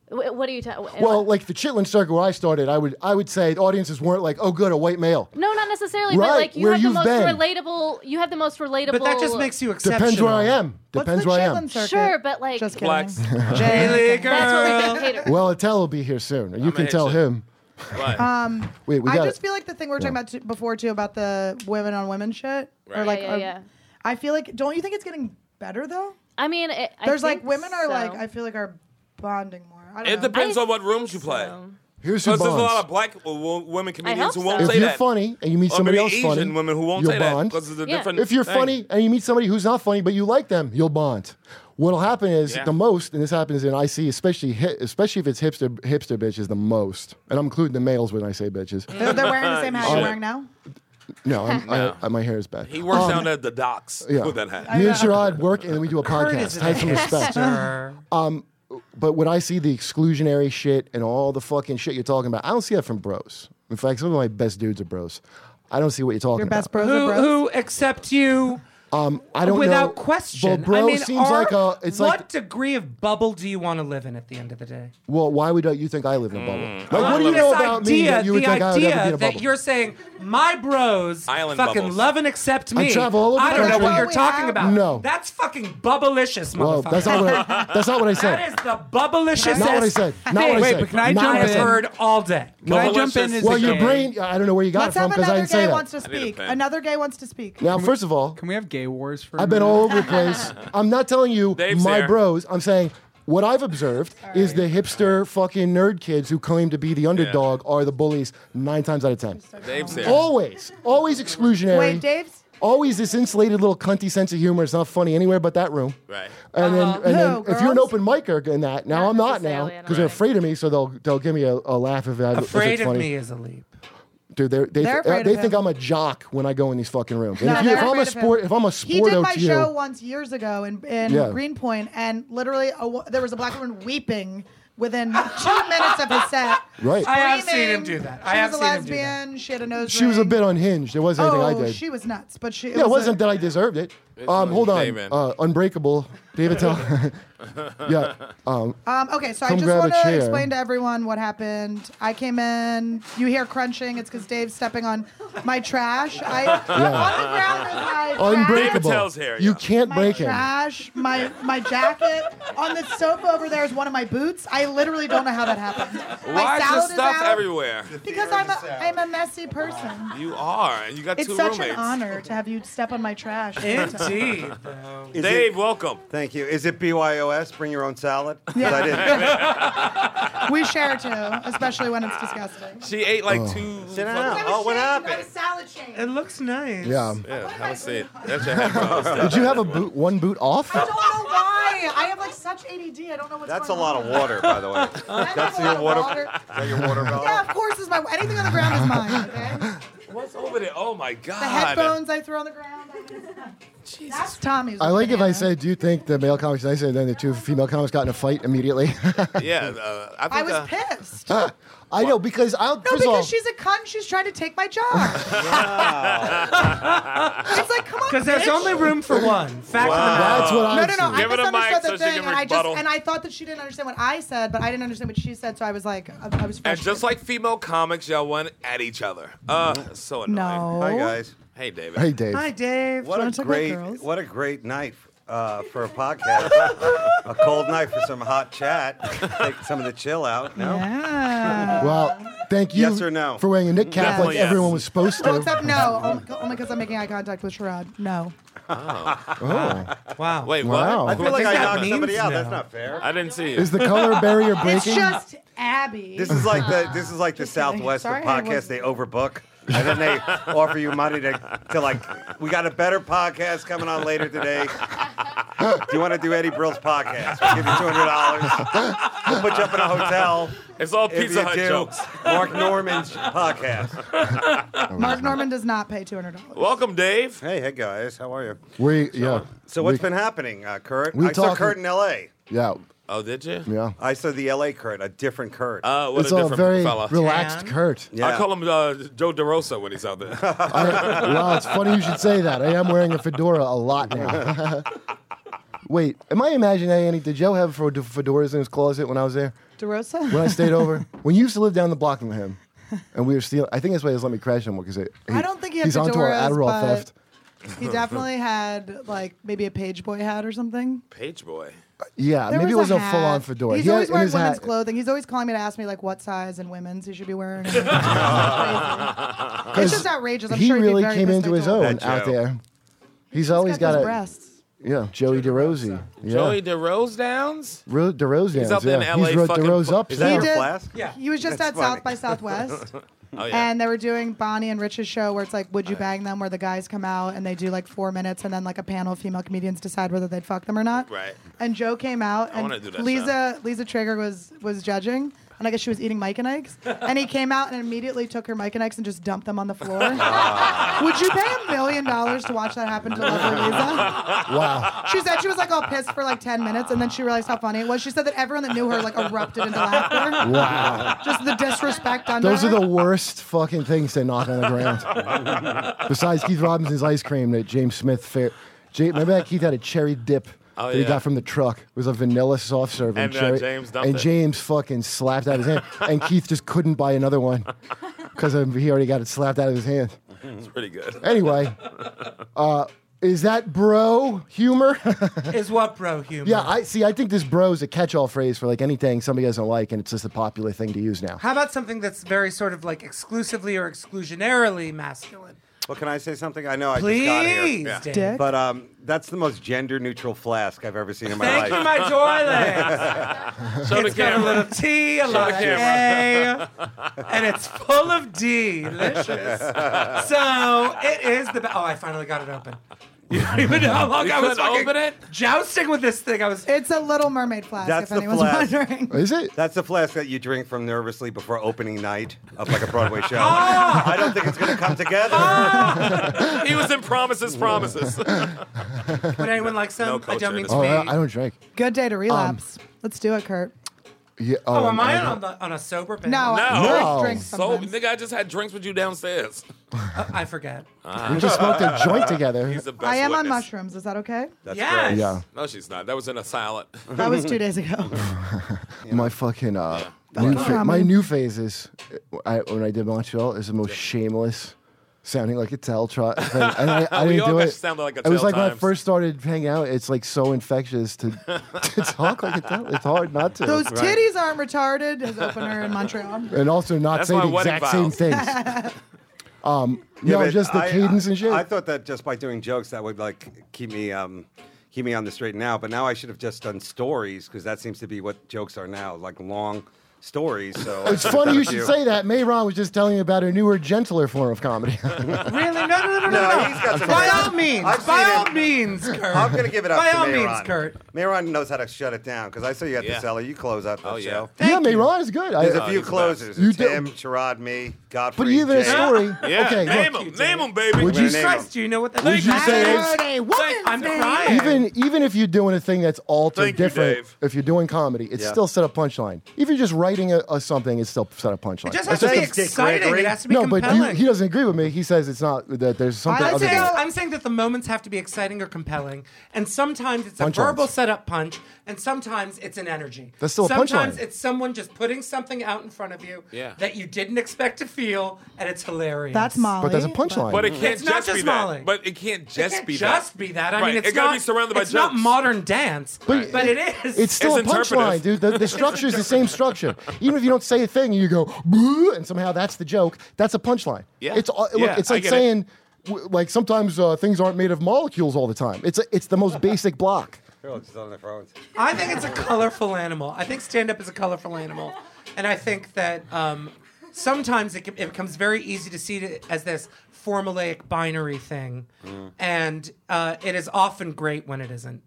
F: Wh- what are you talking?
C: Well, like the Chitlin circle where I started, I would I would say the audiences weren't like, oh, good, a white male.
F: no, not necessarily.
C: Right,
F: but like you
C: where
F: have the
C: you've
F: most
C: been.
F: relatable. You have the most relatable.
D: But that just makes you exceptional.
C: Depends where I am.
E: What's
C: Depends
E: the
C: where I
E: Chitlin
C: am.
E: circuit?
F: Sure, but, like-
E: just kidding.
B: Blacks.
D: Bailey girl.
F: That's what we get catered.
C: Well, Attell will be here soon. You can
B: hit
C: tell
B: you.
C: him.
B: What?
C: Um, Wait, we
E: I
C: got
E: just feel like the thing we were talking about t- before too about the women on women shit, or
B: Right.
E: like,
F: Yeah, yeah,
E: uh,
F: yeah.
E: I feel like don't you think it's getting better though?
F: I mean, it, I
E: There's like
F: think
E: women are
F: so.
E: like I feel like are bonding more. I don't
B: It
E: know.
B: depends
F: I
B: on what rooms you play.
F: Um,
C: Here's who
B: Because
C: bonds.
B: there's a lot of black w- w- women comedians who
F: hope
B: won't
F: so.
C: if
B: say
C: you're
B: that.
C: funny and you meet
B: or
C: somebody
B: maybe
C: else
B: Asian
C: funny,
B: women who won't
C: you'll
B: say
C: bond.
B: that. 'cause it's a
F: Yeah.
B: different
C: if you're
B: thing.
C: funny and you meet somebody who's not funny but you like them, you'll bond. What'll happen is
B: Yeah.
C: the most, and this happens in IC, especially hi- especially if it's hipster hipster bitches the most, and I'm including the males when I say bitches.
E: They're, they're wearing the same hat you're
B: Shit.
E: wearing now.
C: No, I'm, I, I, my hair is bad. Um,
B: he works down at the docks
C: Yeah.
B: with that hat.
C: Me and Sherrod work and we do a
D: Kurt
C: podcast.
D: is an
C: Have some respect.
D: hipster.
C: But when I see the exclusionary shit and all the fucking shit you're talking about, I don't see that from bros. In fact, some of my best dudes are bros. I don't see what you're talking
E: Your
C: about. Um,
E: best bros are
D: who,
E: bros.
D: who accept you
C: I don't know.
D: without question?
C: Well, bro
D: I mean,
C: seems
D: are-
C: like a. It's
D: what
C: like
D: degree of bubble do you want to live in at the end of the day?
C: well, why would you think I live in a bubble? like, what do
B: love
C: you
B: it.
C: know
D: This
C: about me
D: idea,
C: that you would
D: the
C: think I would
D: idea
C: ever be in a
D: that
C: bubble?
D: you're saying my bros
B: Island
D: fucking
B: bubbles.
D: love and accept
C: I
D: me.
C: travel all over
D: I
C: the
D: don't know
C: country.
D: what you're
E: That's all we
D: talking
E: have.
D: about.
C: No.
D: That's fucking bubblicious,
C: well,
D: motherfucker.
C: that's not what I, that's not what I said.
D: That is the bubblicious.
C: Not what I said. Not what I
H: Wait,
C: said.
H: but can I
C: Not
H: jump
D: I
C: what
D: have
H: in?
C: said.
D: heard all day.
H: Can I jump in?
B: Delicious.
H: as
C: Well,
H: a
C: your
H: gay?
C: brain. I don't know where you got
E: Let's
C: it from
E: have
C: because I
E: another
C: didn't say
E: gay
C: that.
E: wants to
B: I need a
E: speak.
B: pen.
E: Another gay wants to speak.
C: now, first of all,
H: Can we have gay wars for?
C: I've been
H: a
C: all
H: minute?
C: over the place. I'm not telling you
B: Dave's
C: my
B: there.
C: bros. I'm saying what I've observed is the hipster fucking nerd kids who claim to be the underdog are the bullies nine times out of ten.
B: Dave's there.
C: Always, always exclusionary.
E: Wait, Dave's.
C: Always this insulated little cunty sense of humor. It's not funny anywhere but that room.
B: Right.
C: And then, and then
E: No,
C: if you're an
E: Uh-huh. girls.
C: open micer in that, now
F: Not
C: I'm not now
F: necessarily, I don't
C: because they're
F: think.
C: afraid of me, so they'll they'll give me a, a laugh if, I, if
D: Afraid
C: it's
D: of
C: funny.
D: me is a leap.
C: Dude, they're, they
E: They're
C: they
E: afraid of
C: think
E: him.
C: I'm a jock when I go in these fucking rooms. And
E: No,
C: if, you,
E: they're
C: if I'm a
E: afraid of him.
C: sport, if I'm a
E: He did
C: sporto
E: my
C: to
E: show
C: you,
E: once years ago in, in
C: Yeah.
E: Greenpoint, and literally a, wo- there was a black woman weeping within two minutes of his set.
C: right?
D: I have
E: Screaming.
D: seen him do that. I
E: she
D: have
E: was a
D: seen him do that.
E: lesbian. She had a nose
C: she was a
E: ring.
C: bit unhinged. There wasn't
E: Oh,
C: anything I did.
E: she was nuts, but she.
C: yeah, it wasn't
E: a,
C: that I deserved it. Um,
B: like
C: hold on,
B: David.
C: uh, Unbreakable, David Tell. yeah, um,
E: Um, okay, so I
C: Come
E: just
C: grab a
E: want to
C: chair.
E: explain to everyone what happened. I came in. You hear crunching. It's because Dave's stepping on my trash. I on the ground is my trash.
C: Unbreakable.
B: Tell's here,
C: You
B: yeah.
C: can't
E: my
C: break him.
E: trash, my my jacket. On the sofa over there is one of my boots. I literally don't know how that happened.
B: Why
E: my
B: is there
E: salad
B: stuff
E: is out
B: everywhere?
E: because I'm a I'm a messy person.
B: You are. You got
E: It's
B: two
E: such
B: roommates.
E: an honor to have you step on my trash.
D: Indeed.
I: Is
B: Dave,
I: it-
B: welcome.
I: thank you. Is it BYOS? Bring your own salad. 'Cause
E: Yeah.
I: I didn't.
E: we share too, especially when it's disgusting.
B: She ate like two. fucking-
I: Sit down. Oh, what happened?
E: salad
D: it
E: shame.
D: looks nice.
C: Yeah.
B: Yeah, have a seat. That's your head.
C: Did you have a boot, one boot off?
E: I don't know why. I have like such ADD. I don't know what's
I: That's a
E: going
I: lot
E: on.
I: of water, by the way.
E: I have
I: That's
E: a
I: your
E: lot of
I: water.
E: water.
I: Is that your water bottle?
E: Yeah, of course is my anything on the ground is mine. Okay,
B: What's over there? Oh my god.
E: the headphones I throw on the ground. That's Tommy's.
C: I like if I
E: banana.
C: said, "Do you think the male comics?" I said, "Then the two female comics got in a fight immediately."
B: Yeah, uh, I think.
E: I was
B: uh,
E: pissed.
C: I know because I'll.
E: No,
C: first of all,
E: because she's a cunt. She's trying to take my job. it's like, come on.
D: Because there's
E: bitch.
D: only room for one. Fact
C: that's what I.
E: No,
C: would
E: no, no.
C: say.
E: I
B: Give it a mic
E: misunderstood
B: so
E: the
B: she
E: thing,
B: can
E: and I just
B: rebuttal.
E: and I thought that she didn't understand what I said, but I didn't understand what she said, so I was like, I, I was.
B: and
E: Frustrated.
B: just like female comics, y'all went at each other. Uh, so annoying.
E: no.
I: Hi guys.
B: Hey, David.
C: Hey, Dave.
D: Hi, Dave.
I: What
E: Oh. wanna
I: a
E: talk about
I: great
E: girls?
I: what a great night uh, for a podcast. a cold night for some hot chat. Take some of the chill out. No.
E: Yeah.
C: Well, thank you.
I: Yes or no?
C: For wearing a knit cap
B: Definitely
C: like
B: yes.
C: everyone was supposed
E: Oh,
C: to.
E: except no, only- only because I'm making eye contact with Sherrod. No.
C: Oh.
D: Wow.
B: Wait, what?
C: Wow.
I: I feel like
D: think
I: I
D: that
I: knocked
D: means
I: somebody out.
D: no.
I: That's not fair.
B: I didn't see you.
C: Is the color barrier breaking?
E: It's just Abby.
I: This is like the this is like the
E: Just kidding.
I: Southwest
E: Sorry,
I: of
E: I
I: podcasts. They overbook and then they offer you money to to like we got a better podcast coming on later today. do you want to do Eddie Brill's podcast? We'll give you two hundred dollars. We'll put you up in a hotel.
B: it's all
I: If
B: Pizza
I: you
B: Hut
I: do
B: jokes.
I: Mark Norman's podcast.
C: Oh,
E: Mark Norman does not pay two hundred dollars.
B: Welcome, Dave.
I: Hey, hey guys, how are you?
C: we yeah.
I: So what's
C: we,
I: been happening, uh, Kurt?
C: we
I: I saw
C: talking-
I: Kurt in L.A.
C: Yeah,
B: Oh, did you?
C: yeah.
I: I saw the L.A. Kurt, a different Kurt.
B: Uh, what
C: it's
B: a
C: all
B: different
C: very
B: fella.
C: relaxed,
D: Tan.
C: Kurt.
B: I call him uh, Joe DeRosa when he's out there.
C: I, wow, it's funny you should say that. I am wearing a fedora a lot now. Wait, am I imagining any? Did Joe have fed- fedoras in his closet when I was there?
E: DeRosa.
C: When I stayed over? When you used to live down the block from him, and we were stealing. I think that's why he just let me crash him because
E: I don't think he had
C: he's onto our
E: fedoras,
C: Adderall
E: but-
C: theft.
E: He definitely had like maybe a page boy hat or something.
B: Page boy.
C: Yeah,
E: There
C: maybe it was a
E: hat.
C: full-on fedora.
E: He's
C: He had
E: always
C: in
E: wearing
C: his
E: women's
C: hat-
E: clothing. He's always calling me to ask me like what size in women's he should be wearing. it's crazy. It's just outrageous. I'm
C: he
E: sure he'd be
C: really
E: very
C: came
E: pissed
C: into
E: I
C: his
E: told him.
C: own
I: That
C: out
I: Joe.
C: there. He's always
E: He's got
C: got,
E: those
C: a
E: breasts.
C: yeah, Joey DeRose. Yeah,
B: Joey DeRose Downs?
C: Ro- DeRose.
B: He's out there
C: yeah.
B: in LA
C: He's wrote
B: fucking
C: DeRose
B: fu-
C: up.
I: Is
E: He
I: that
E: did-
I: her flask?
D: Yeah.
E: He was just
I: That's
E: at
I: funny.
E: South by Southwest,
B: Oh, yeah.
E: and they were doing Bonnie and Rich's show where it's like, "Would you bang them?" Where the guys come out and they do like four minutes, and then like a panel of female comedians decide whether they'd fuck them or not.
B: Right.
E: And Joe came out, and
B: wanna do that
E: Lisa Lisa Traeger was was judging, and I guess she was eating Mike and Ike's, and he came out and immediately took her Mike and Ike's and just dumped them on the floor.
B: Ah.
E: Would you pay a million dollars to watch that happen to lovely Lisa?
C: Wow.
E: She said she was like all pissed for like ten minutes, and then she realized how funny it was. She said that everyone that knew her like erupted into laughter.
C: Wow.
E: Just the disrespect under
C: Those are
E: her.
C: the worst fucking things to knock on the ground. Besides Keith Robinson's ice cream that James Smith fair. Jay, remember that Keith had a cherry dip
B: Oh,
C: that he
B: yeah.
C: got from the truck. It was a vanilla soft serve
B: And, uh,
C: cherry.
B: James dumped
C: and
B: it.
C: James fucking slapped out his hand. and Keith just couldn't buy another one because he already got it slapped out of his hand.
B: It's pretty good.
C: Anyway, uh, is that bro humor?
D: Is what bro humor?
C: yeah, I see. I think this bro is a catch-all phrase for like anything somebody doesn't like, and it's just a popular thing to use now.
D: How about something that's very sort of like exclusively or exclusionarily masculine?
I: Well, can I say something? I know I just got
D: Please,
I: here. Yeah.
D: Dave.
E: Dick.
I: But um, that's the most gender-neutral flask I've ever seen in my
D: Thank
I: life.
D: you, my darling.
B: Show the
D: It's got a
B: camera.
D: little T, a lot of
B: camera.
D: A, and it's full of delicious. So it is the. Be- oh, I finally got it open. You don't even know how long
B: You
D: I was
B: couldn't
D: fucking
B: open it?
D: jousting with this thing. I was.
E: It's a Little Mermaid flask,
I: That's
E: if
I: the
E: anyone's
I: flask.
E: wondering.
C: Is it?
I: That's the flask that you drink from nervously before opening night of like a Broadway show. I don't think it's going to come together.
B: Oh, he was in Promises, Promises.
D: Would anyone like some? I
B: culture in
D: don't mean
B: this
D: to
C: Oh,
D: be.
C: I, I don't drink.
E: Good day to relapse.
C: Um,
E: Let's do it, Kurt.
C: Yeah.
D: oh, am I
C: I'm-
D: on, the, on a sober band?
E: No,
B: No.
E: I
C: No.
E: drink
B: so,
E: sometimes.
B: nigga, I just had drinks with you downstairs.
D: Oh, I forget.
C: We just smoked a joint together.
B: He's the best
E: I am on
B: witness.
E: mushrooms. Is that okay?
I: That's
D: yes.
I: great.
C: Yeah,
B: No, she's not. That was in a salad.
E: That was two days ago.
C: my fucking uh, new
E: was
C: fa-
E: common.
C: my new phase is I, when I did Montreal is the most shameless, sounding like a telltale thing, and I, I
B: We
C: didn't
B: all
C: do
B: got-
C: it.
B: sounded like a
C: it was
B: tell
C: like when I
B: times.
C: first started hanging out. It's like so infectious to, to talk like a tell. It's hard not to.
E: Those titties aren't retarded. His opener in Montreal.
C: and also not
B: That's
C: say
B: my
C: the
B: wedding
C: exact same
B: vows.
C: things. um,
I: Yeah,
C: no,
I: but
C: just the
I: I-
C: cadence
I: I-
C: and shit.
I: I thought that just by doing jokes that would like keep me um keep me on the straight and now. But now I should have just done stories because that seems to be what jokes are now, like long stories. So
C: It's funny you should say that. Mayron was just telling you about a newer, gentler form of comedy.
D: Really? No, no, no, no, no.
I: No,
D: no.
I: he's got some-
D: By all means,
I: I've
D: by
I: seen
D: all
I: him.
D: means, Kurt.
I: I'm gonna give it up.
D: By
I: to
D: all
I: Mayron.
D: means, Kurt.
I: Mayron knows how to shut it down because I saw you at
B: Yeah.
I: the cellar. You close out the
B: Oh, yeah.
I: show.
C: yeah, Mayron is good. I-
I: There's a
B: Oh, he's
I: few
B: the best.
I: closers.
C: You
I: It's
C: do-
I: him, Sherrod, me, Godfrey.
C: but either a
I: Jay.
C: story.
B: Yeah,
C: Okay, look.
B: name him, name him, baby.
C: Would you
I: Name him.
D: Christ, do you know what that
B: Would
D: is?
B: you say-
D: Like, I'm crying.
C: even even if you're doing a thing that's altered
B: Thank you,
C: different,
B: Dave.
C: if you're doing comedy, it's
I: Yeah.
C: still set up punchline. Even just writing a, a something, it's still set up punchline.
D: it just
C: That's
D: has to be
I: Dick
D: exciting.
I: Gregory.
D: It has to be
C: no, but
D: compelling.
C: you, he doesn't agree with me. He says it's not that there's something
D: I'm
C: other
D: saying,
C: than
D: I'm saying that the moments have to be exciting or compelling, and sometimes it's
C: Punch
D: a verbal
C: lines.
D: setup punch, and sometimes it's an energy.
C: That's still a punch
D: sometimes
C: line.
D: it's someone just putting something out in front of you
B: Yeah.
D: that you didn't expect to feel, and it's hilarious.
E: That's Molly.
C: But there's a punchline.
B: But it can't
D: It's not
B: just, be
D: just Molly.
B: that. But it can't
D: It
B: just
D: can't
B: be that.
D: just be that. I
B: Right,
D: mean, it's
B: it
D: not
B: gotta be surrounded by
D: It's not
B: jokes.
D: modern dance, but, it is.
C: It's still
B: It's
C: a punchline,
B: interpretive.
C: dude. The, the structure is the same structure. Even if you don't say a thing, you go "Boo," and somehow that's the joke. That's a punchline.
B: Yeah.
C: It's all- look.
B: Yeah,
C: it's
B: I
C: like
B: get it.
C: saying, w- like sometimes uh, things aren't made of molecules all the time. It's a, it's the most basic block.
I: Girl, it's on their phones.
D: I think it's a colorful animal. I think stand up is a colorful animal. And I think that um, sometimes it, c- it becomes very easy to see it as this formulaic binary thing.
C: Mm.
D: And uh, it is often great when it isn't.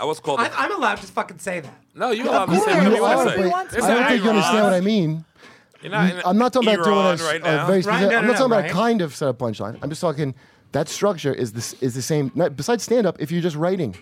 B: I was called.
D: I, I'm allowed to fucking say that.
B: no, you allowed me to say
E: course,
B: what you
E: you
B: want
E: are,
B: to
E: but
B: say.
C: I don't think you understand what I mean.
B: mean.
C: I'm not talking about doing a, s-
B: right
C: a
B: now.
C: very
D: Right,
C: specific-
D: no,
C: I'm
D: no,
C: not talking
D: no,
C: about
D: right.
C: a kind of set up punchline. I'm just talking that structure is this is the same. no, Besides stand up, if you're just writing,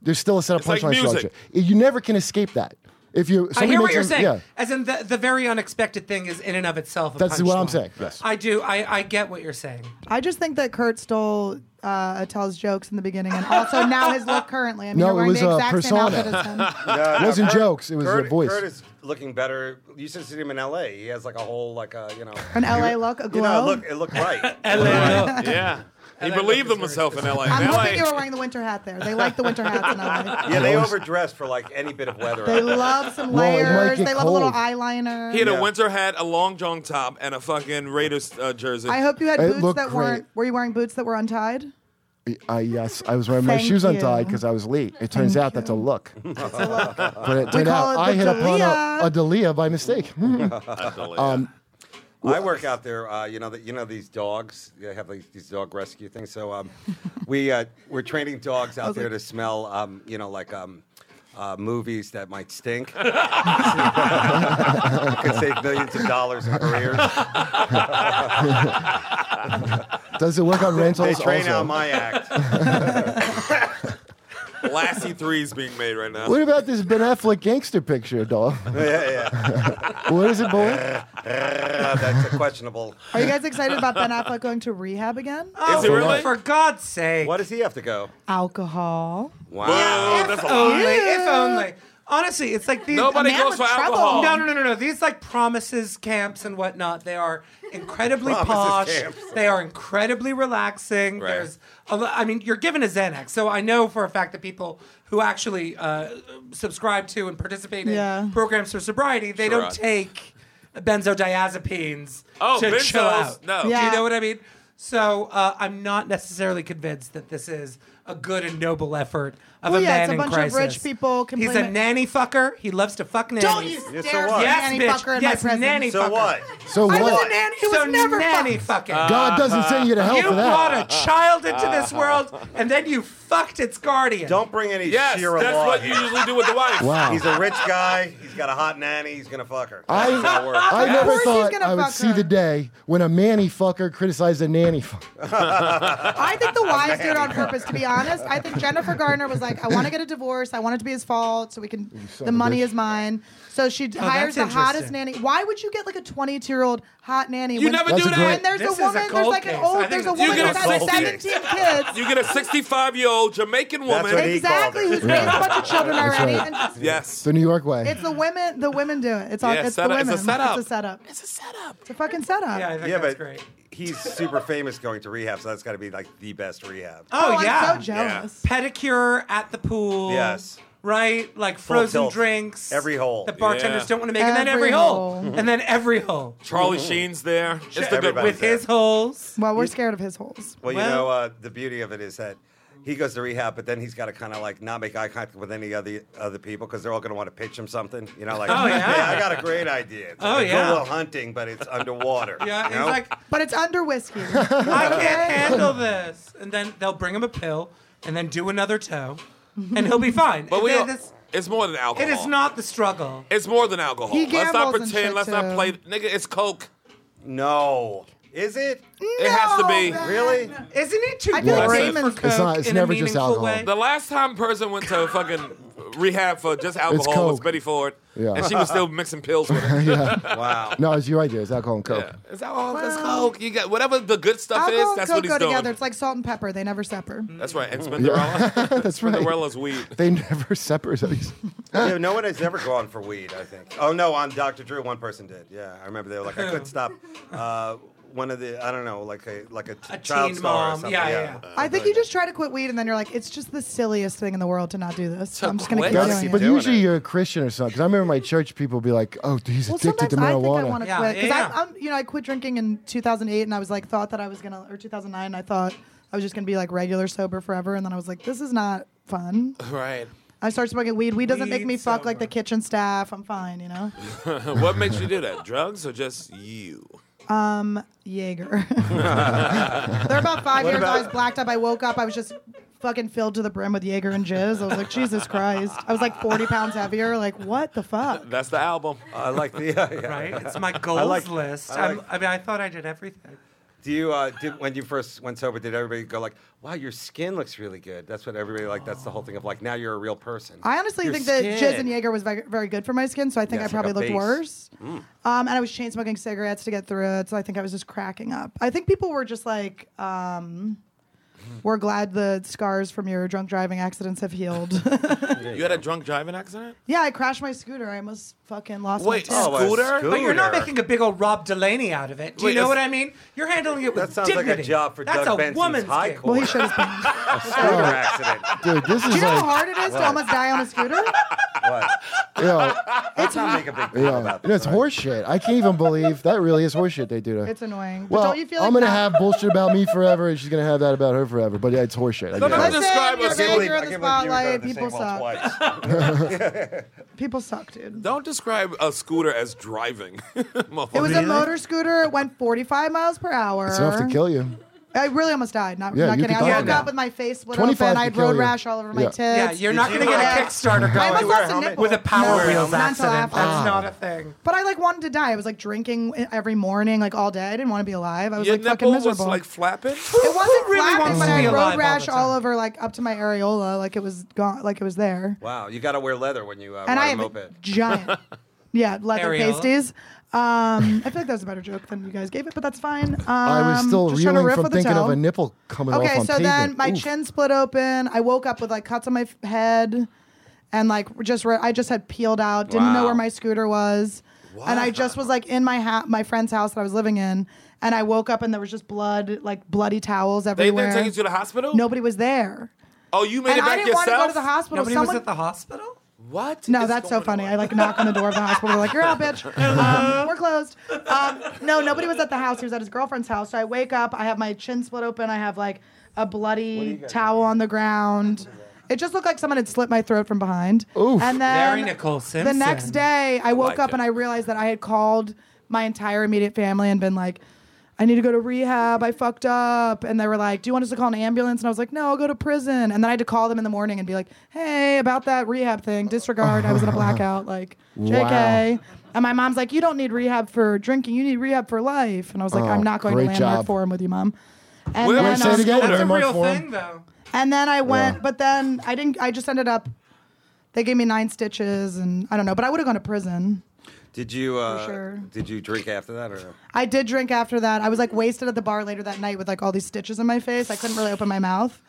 C: there's still a set up
B: It's like
C: punchline
B: music.
C: structure. You never can escape that. If you,
D: I
C: somebody
D: hear what
C: makes
D: you're
C: a-
D: saying.
C: Yeah.
D: As in the, the very unexpected thing is in and of itself. A
C: That's what I'm
D: punchline.
C: saying, yes.
D: I do. I, I get what you're saying.
E: I just think that Kurt stole uh, Attell's jokes in the beginning, and also now his look currently. I mean,
C: No,
E: you're
C: it
E: wearing
C: was,
E: the
C: uh,
E: exact
C: persona.
E: same outfit as him.
I: No, no,
C: wasn't jokes, it was
I: Kurt,
C: their voice.
I: Kurt is looking better. You should see him in L.A. He has like a whole like a you know
E: An LA look, a
I: You know, it
E: glow.
I: look it looked right.
B: Yeah. He
D: LA
B: believed in
D: look is very
B: himself in LA.
E: I'm
B: LA.
E: hoping you were wearing the winter hat there. They like the winter hats in LA.
I: Yeah, they overdress for like any bit of weather.
E: They love some
C: Well, it might
E: layers.
C: get
E: They love a little
C: cold.
E: eyeliner.
B: He had
I: Yeah.
B: a winter hat, a long john top, and a fucking Raiders uh, jersey.
E: I hope you had
C: It
E: boots
C: looked
E: that
C: great.
E: weren't. Were you wearing boots that were untied?
C: I, yes, I was wearing my
E: Thank
C: shoes
E: you.
C: untied because I was late. It turns out that's a look. but it turned out
E: call it
C: I
E: the
C: hit upon a,
E: Dalia.
C: a Dalia by mistake. um,
I: I work out there. Uh, you know that you know these dogs. They have like, these dog rescue things. So um, we uh, we're training dogs out there to smell. Um, you know, like um, uh, movies that might stink. Could save millions of dollars in careers.
C: does it work on rentals?
I: They train
C: also?
I: out my act.
B: Lassie three's being made right now.
C: What about this Ben Affleck gangster picture, dog?
I: yeah, yeah.
C: what is it, boy?
I: Uh, that's a questionable.
E: Are you guys excited about Ben Affleck going to rehab again?
D: Oh,
B: it really?
D: For God's sake.
I: What does he have to go?
E: Alcohol.
I: Wow.
B: Whoa, Oh,
D: if
B: that's a
D: only,
B: lot.
D: if only. Honestly, it's like these.
B: Nobody
D: a man
B: goes
D: with
B: for
D: trouble.
B: alcohol.
D: No, no, no, no, no. These like promises camps and whatnot. They are incredibly posh.
I: Promises camps.
D: They are incredibly relaxing.
B: Right.
D: There's, a lo- I mean, you're given a Xanax, so I know for a fact that people who actually uh, subscribe to and participate in
E: Yeah.
D: programs for sobriety, they
B: Sure.
D: don't take benzodiazepines
B: Oh,
D: to
B: benzos,
D: chill out.
B: no.
D: Do
E: Yeah.
D: you know what I mean? So uh, I'm not necessarily convinced that this is a good and noble effort of
E: Well,
D: a
E: yeah,
D: man
E: it's a
D: in
E: bunch of
D: crisis.
E: rich people
D: He's a
E: complaining-
D: nanny fucker. He loves to fuck nannies.
E: Don't you
I: so
E: dare
I: what?
E: say
D: yes,
E: nanny
D: bitch.
E: fucker in
D: yes,
E: my presence.
D: nanny
I: So
D: fucker.
I: what?
C: So
E: I was
C: what?
E: a nanny who
D: so
E: was never
D: nanny
E: fucking.
D: fucking.
I: Uh,
C: God doesn't send you to hell
D: you
C: for that.
D: brought a child into this world, and then you fucked its guardian.
I: Don't bring any
B: Yes,
I: sheer
B: that's
I: law
B: what
I: here.
B: you usually do with the wife.
D: Oh.
C: Wow.
I: He's a rich guy. He's got a hot nanny. He's gonna fuck her.
C: I,
I: Not worth it.
C: I never
E: course he's
C: thought
E: gonna
C: I would
E: fuck
C: see
E: her.
C: the day when a manny fucker criticized a nanny fucker.
E: I think the wives do it on purpose. To be honest, I think Jennifer Garner was like, "I want to get a divorce. I want it to be his fault, so we can.
C: of a
E: The money
C: bitch.
E: is mine." So she hires the
D: Oh, that's
E: hottest
D: interesting.
E: nanny. Why would you get like a 22 year old hot nanny?
B: You never
C: That's
B: do
C: a
B: that.
E: When there's
D: This is
E: a
D: a
E: woman, there's
D: cold
E: like
D: case.
E: an
D: I
E: old,
D: think
E: there's
D: it's-
E: a
D: You
E: woman
B: get a
E: who's had
B: cold
E: 17
I: case.
E: kids.
B: You get a 65 year old Jamaican
I: what he
B: woman.
E: Exactly,
I: called it.
E: who's raised a bunch of children already.
C: right.
E: And just-
B: Yes.
C: The New York way.
E: It's the women. The women do it. It's all.
B: Yeah,
E: it's
B: setup-
E: the
B: it's a
E: women.
B: setup.
E: It's a setup. It's a setup. It's a fucking setup.
D: Yeah, I think
I: Yeah,
D: that's
I: but
D: great.
I: he's super famous going to rehab, so that's got to be like the best rehab.
D: Oh, yeah.
E: I'm so jealous.
D: pedicure at the pool.
I: Yes.
D: Right? Like
I: Full
D: frozen
I: tilt.
D: drinks.
I: Every hole.
D: The bartenders
B: Yeah.
D: don't want to make. and then
E: Every
D: every hole.
E: hole.
D: and then every hole.
B: Charlie Sheen's there. It's the good
I: Everybody.
B: with
D: With his holes.
E: Well, we're scared of his holes.
I: Well, you
D: Well-
I: know, uh, the beauty of it is that He goes to rehab, but then he's got to kind of like not make eye contact with any other other people because they're all going to want to pitch him something. You know, like,
D: Oh, yeah.
I: "Hey, I got a great idea. It's
D: Oh,
I: like
D: yeah.
I: Goodwill hunting, but it's underwater.
D: Yeah,
I: you
D: he's
I: know?
D: like,
E: But it's under whiskey.
D: I can't handle this. And then they'll bring him a pill and then do another toe and he'll be fine.
B: But
D: And
B: we
D: then
B: all,
D: this-
B: it's more than alcohol.
D: it is not the struggle.
B: It's more than alcohol.
E: He
B: let's not
E: gambles and
B: pretend.
E: shit,
B: Let's not
E: too.
B: play. Nigga, it's coke.
I: no. Is it?
B: It has to be.
I: Really?
D: Isn't it too
E: I feel like
D: boring for
E: Damon's-
D: Coke
E: It's
C: not- it's
D: in a
C: never just
D: meaningful
C: alcohol.
D: way?
B: The last time person went to fucking rehab for just alcohol was
C: coke.
B: Betty Ford,
C: Yeah.
B: and she was still mixing pills with it.
I: Wow.
C: No, it's your idea. It's alcohol and coke.
B: Yeah. It's alcohol. It's coke. You got whatever the good stuff
E: Alcohol
B: is.
E: and
B: That's
E: Coke
B: what he's
E: go
B: doing.
E: together. It's like salt and pepper. They never separate.
B: That's right. And Spinderella.
C: That's right.
B: Spinderella's weed.
C: They never separate. these.
I: Yeah, no one has ever gone for weed, I think. Oh no, on Dr. Drew, one person did. Yeah, I remember they were like, I couldn't stop. Uh, one of the, I don't know, like a like a, t-
D: A
I: child
D: teen
I: star or
D: mom.
I: something.
D: Yeah, yeah,
E: I think you just try to quit weed and then you're like, it's just the silliest thing in the world to not do this.
B: To
E: I'm just going
B: quit?
E: keep
B: Gotta
E: doing
I: keep
E: it.
C: But
I: doing
C: usually
I: it.
C: you're a Christian or something. Because I remember my church people be like, "Oh, he's
E: Well,
C: addicted
E: sometimes
C: to
E: I think I
C: marijuana."
E: want to
D: Yeah,
E: quit because
D: yeah.
E: I, I'm, you know, I quit drinking in 2008, and I was like, thought that I was gonna, or 2009, and I thought I was just gonna be like regular sober forever, and then I was like, this is not fun.
B: Right.
E: I started smoking weed. Weed doesn't make me
D: Weed
E: fuck like the
D: sober.
E: kitchen staff. I'm fine, you know.
B: what makes you do that? Drugs or just you?
E: Jaeger. They're about five years. I was blacked up. I woke up. I was just fucking filled to the brim with Jaeger and jizz. I was like, Jesus Christ. I was like 40 pounds heavier. Like, what the fuck?
B: That's the album.
I: I like the. Yeah, yeah.
D: Right? It's my goals
I: like-
D: list.
I: I
D: I,
I: like-
D: I mean, I thought I did everything.
I: Do you uh, did, when you first went sober? Did everybody go like, "Wow, your skin looks really good"? That's what everybody like. That's the whole thing of like, now you're a real person.
E: I honestly
I: Your
E: think that jizz
I: skin.
E: and Jaeger was very, very good for my skin, so I think I
I: Yeah, it's like
E: probably
I: a
E: looked
I: base. Mm.
E: worse. Um, and I was chain smoking cigarettes to get through it, so I think I was just cracking up. I think people were just like, um, "We're glad the scars from your drunk driving accidents have healed."
B: You had a drunk driving accident?
E: yeah, I crashed my scooter. I almost fucking lost
B: Wait,
E: my
B: oh,
E: tooth.
I: a
B: Scooter?
D: But you're not
I: scooter.
D: making a big old Rob Delaney out of it. Do you
B: Wait,
D: know
B: is-
D: what I mean? You're handling it with
I: That sounds like a
D: dignity.
I: job for
D: That's
I: Doug
D: a
I: Benson's
D: woman's
I: High
D: gig.
I: Court.
E: Well, he should have.
I: scooter accident.
C: Dude, this
E: Do
C: is
E: you know how
C: like,
E: hard it is to almost die on a scooter?
I: What?
C: you know,
I: Let's not make a big deal
C: yeah,
I: about
C: You know, it's
I: this. all right?
C: horseshit. I can't even believe that really is horseshit they do to.
E: It's annoying.
C: well,
E: but don't you feel like
C: I'm gonna
E: that?
C: have bullshit about me forever, and she's gonna have that about her forever. But yeah, it's horseshit. I
B: No,
C: get
B: no,
C: it.
E: Listen,
B: describe
E: you're
B: us.
E: big,
B: I can't
E: you're in the spotlight. People suck.
I: suck.
E: People suck, dude.
B: Don't describe a scooter as driving.
E: It
B: Motherfucker.
E: was a motor scooter. It went 45 miles per hour.
C: Oh, It's enough to kill you.
E: I really almost died. Not,
C: Yeah,
E: not
C: you
E: kidding. I
C: could die
E: woke
C: now.
E: up with my face split
C: 25
E: open. I
C: could
E: had
C: kill
E: road
C: you.
E: rash all over my
C: Yeah.
E: tits.
D: Yeah, you're
I: Did
D: not
I: you
D: going to get a
E: wear-
D: Kickstarter
E: I
D: going
E: almost lost a
I: helmet?
E: nipple.
D: with a Power
E: No,
D: Wheels
E: not until
D: accident.
E: after.
D: That's not a thing.
E: But I like wanted to die. I was like drinking every morning, like all day. I didn't want to be alive. I was
B: Your
E: like fucking
B: nipple was
E: miserable.
B: like flapping.
E: it wasn't
D: Who really
E: flapping,
D: wants
E: but
D: to
E: I
D: be
E: had
D: alive all
E: road
D: the
E: rash all,
D: time?
E: over, like up to my areola, like it was gone, like it was there.
I: Wow, you got to wear leather when you uh,
E: and
I: ride
E: I
I: a
E: have a
I: moped.
E: giant, yeah, leather
D: Areola.
E: pasties. Um, I feel like that was a better joke than you guys gave it, but that's fine. Um,
C: I was still
E: just trying to
C: reeling
E: riff
C: from
E: with the
C: thinking of
E: towel.
C: a nipple coming
E: Okay,
C: off on
E: so then
C: pavement.
E: my
C: Oof.
E: chin split open. I woke up with like cuts on my f- head, and like just re- I just had peeled out. Didn't know
I: Wow.
E: where my scooter was, and I just was like in my ha- my friend's house that I was living in, and I woke up and there was just blood, like bloody towels
B: They
E: everywhere.
B: didn't take you to the hospital.
E: Nobody was there,
B: Oh, you made
E: and
B: it
E: I
B: back
E: didn't
B: yourself.
E: want to go to the hospital.
D: Nobody
E: Someone-
D: was at the hospital?
B: What?
E: no,
B: is
E: that's so
B: going
E: funny.
B: on?
E: I like knock on the door of the hospital. They're like, "You're out, bitch. Um, we're closed." Um, no, nobody was at the house. He was at his girlfriend's house. So I wake up. I have my chin split open. I have like a bloody towel on the ground. It just looked like someone had slit my throat from behind.
C: Oof.
E: And then
D: Very Nicole
E: the
D: Simpson.
E: next day, I woke
B: like
E: up
B: it.
E: and I realized that I had called my entire immediate family and been like, I need to go to rehab. I fucked up. And they were like, Do you want us to call an ambulance? And I was like, No, I'll go to prison. And then I had to call them in the morning and be like, Hey, about that rehab thing, disregard. I was in a blackout. Like, JK. And my mom's like, You don't need rehab for drinking. You need rehab for life. And I was like,
C: Oh,
E: I'm not going to
C: great
E: Landmark
C: job.
E: Forum with you, mom. And
B: Wait, wait,
E: then,
B: say it
E: um,
C: again? Yeah,
D: That's a
C: remote
D: real
C: form.
D: thing, though.
E: and then I went,
C: Yeah.
E: but then I didn't. I just ended up. They gave me nine stitches, and I don't know. But I would have gone to prison.
I: Did you uh,
E: sure.
I: did you drink after that or? no?
E: I did drink after that. I was like wasted at the bar later that night with like all these stitches in my face. I couldn't really open my mouth,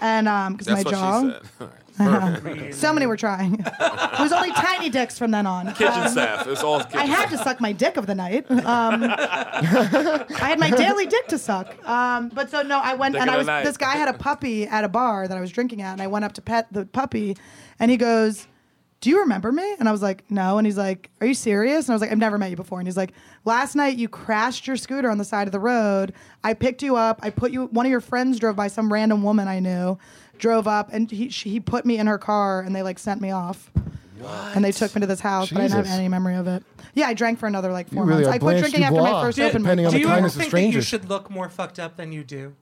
E: and um, because my
B: That's what she
E: jaw.
B: said. All right. Perfect.
E: So many were trying. it was only tiny dicks from then on. Um,
B: kitchen staff. It's all kitchen.
E: I had to suck my dick of the night. Um, I had my daily dick to suck. Um, but so no, I went
B: Dick
E: and
B: of
E: I
B: the
E: was
B: night.
E: this guy had a puppy at a bar that I was drinking at, and I went up to pet the puppy, and he goes. Do you remember me? And I was like, no. And he's like, are you serious? And I was like, I've never met you before. And he's like, last night you crashed your scooter on the side of the road. I picked you up. I put you, one of your friends drove by, some random woman I knew, drove up, and he she, he put me in her car, and they like sent me off. And they took me to this house, but I don't have
C: Jesus.
E: any memory of it. Yeah, I drank for another like four
C: You really
E: months.
C: are
E: I quit
C: Blanche
E: drinking after
C: Dubois.
E: my first
C: Did-
E: open
C: depending on
E: mic.
C: the
D: do you ever
C: kindness of
D: think that you
C: strangers.
D: should look more fucked up than you do?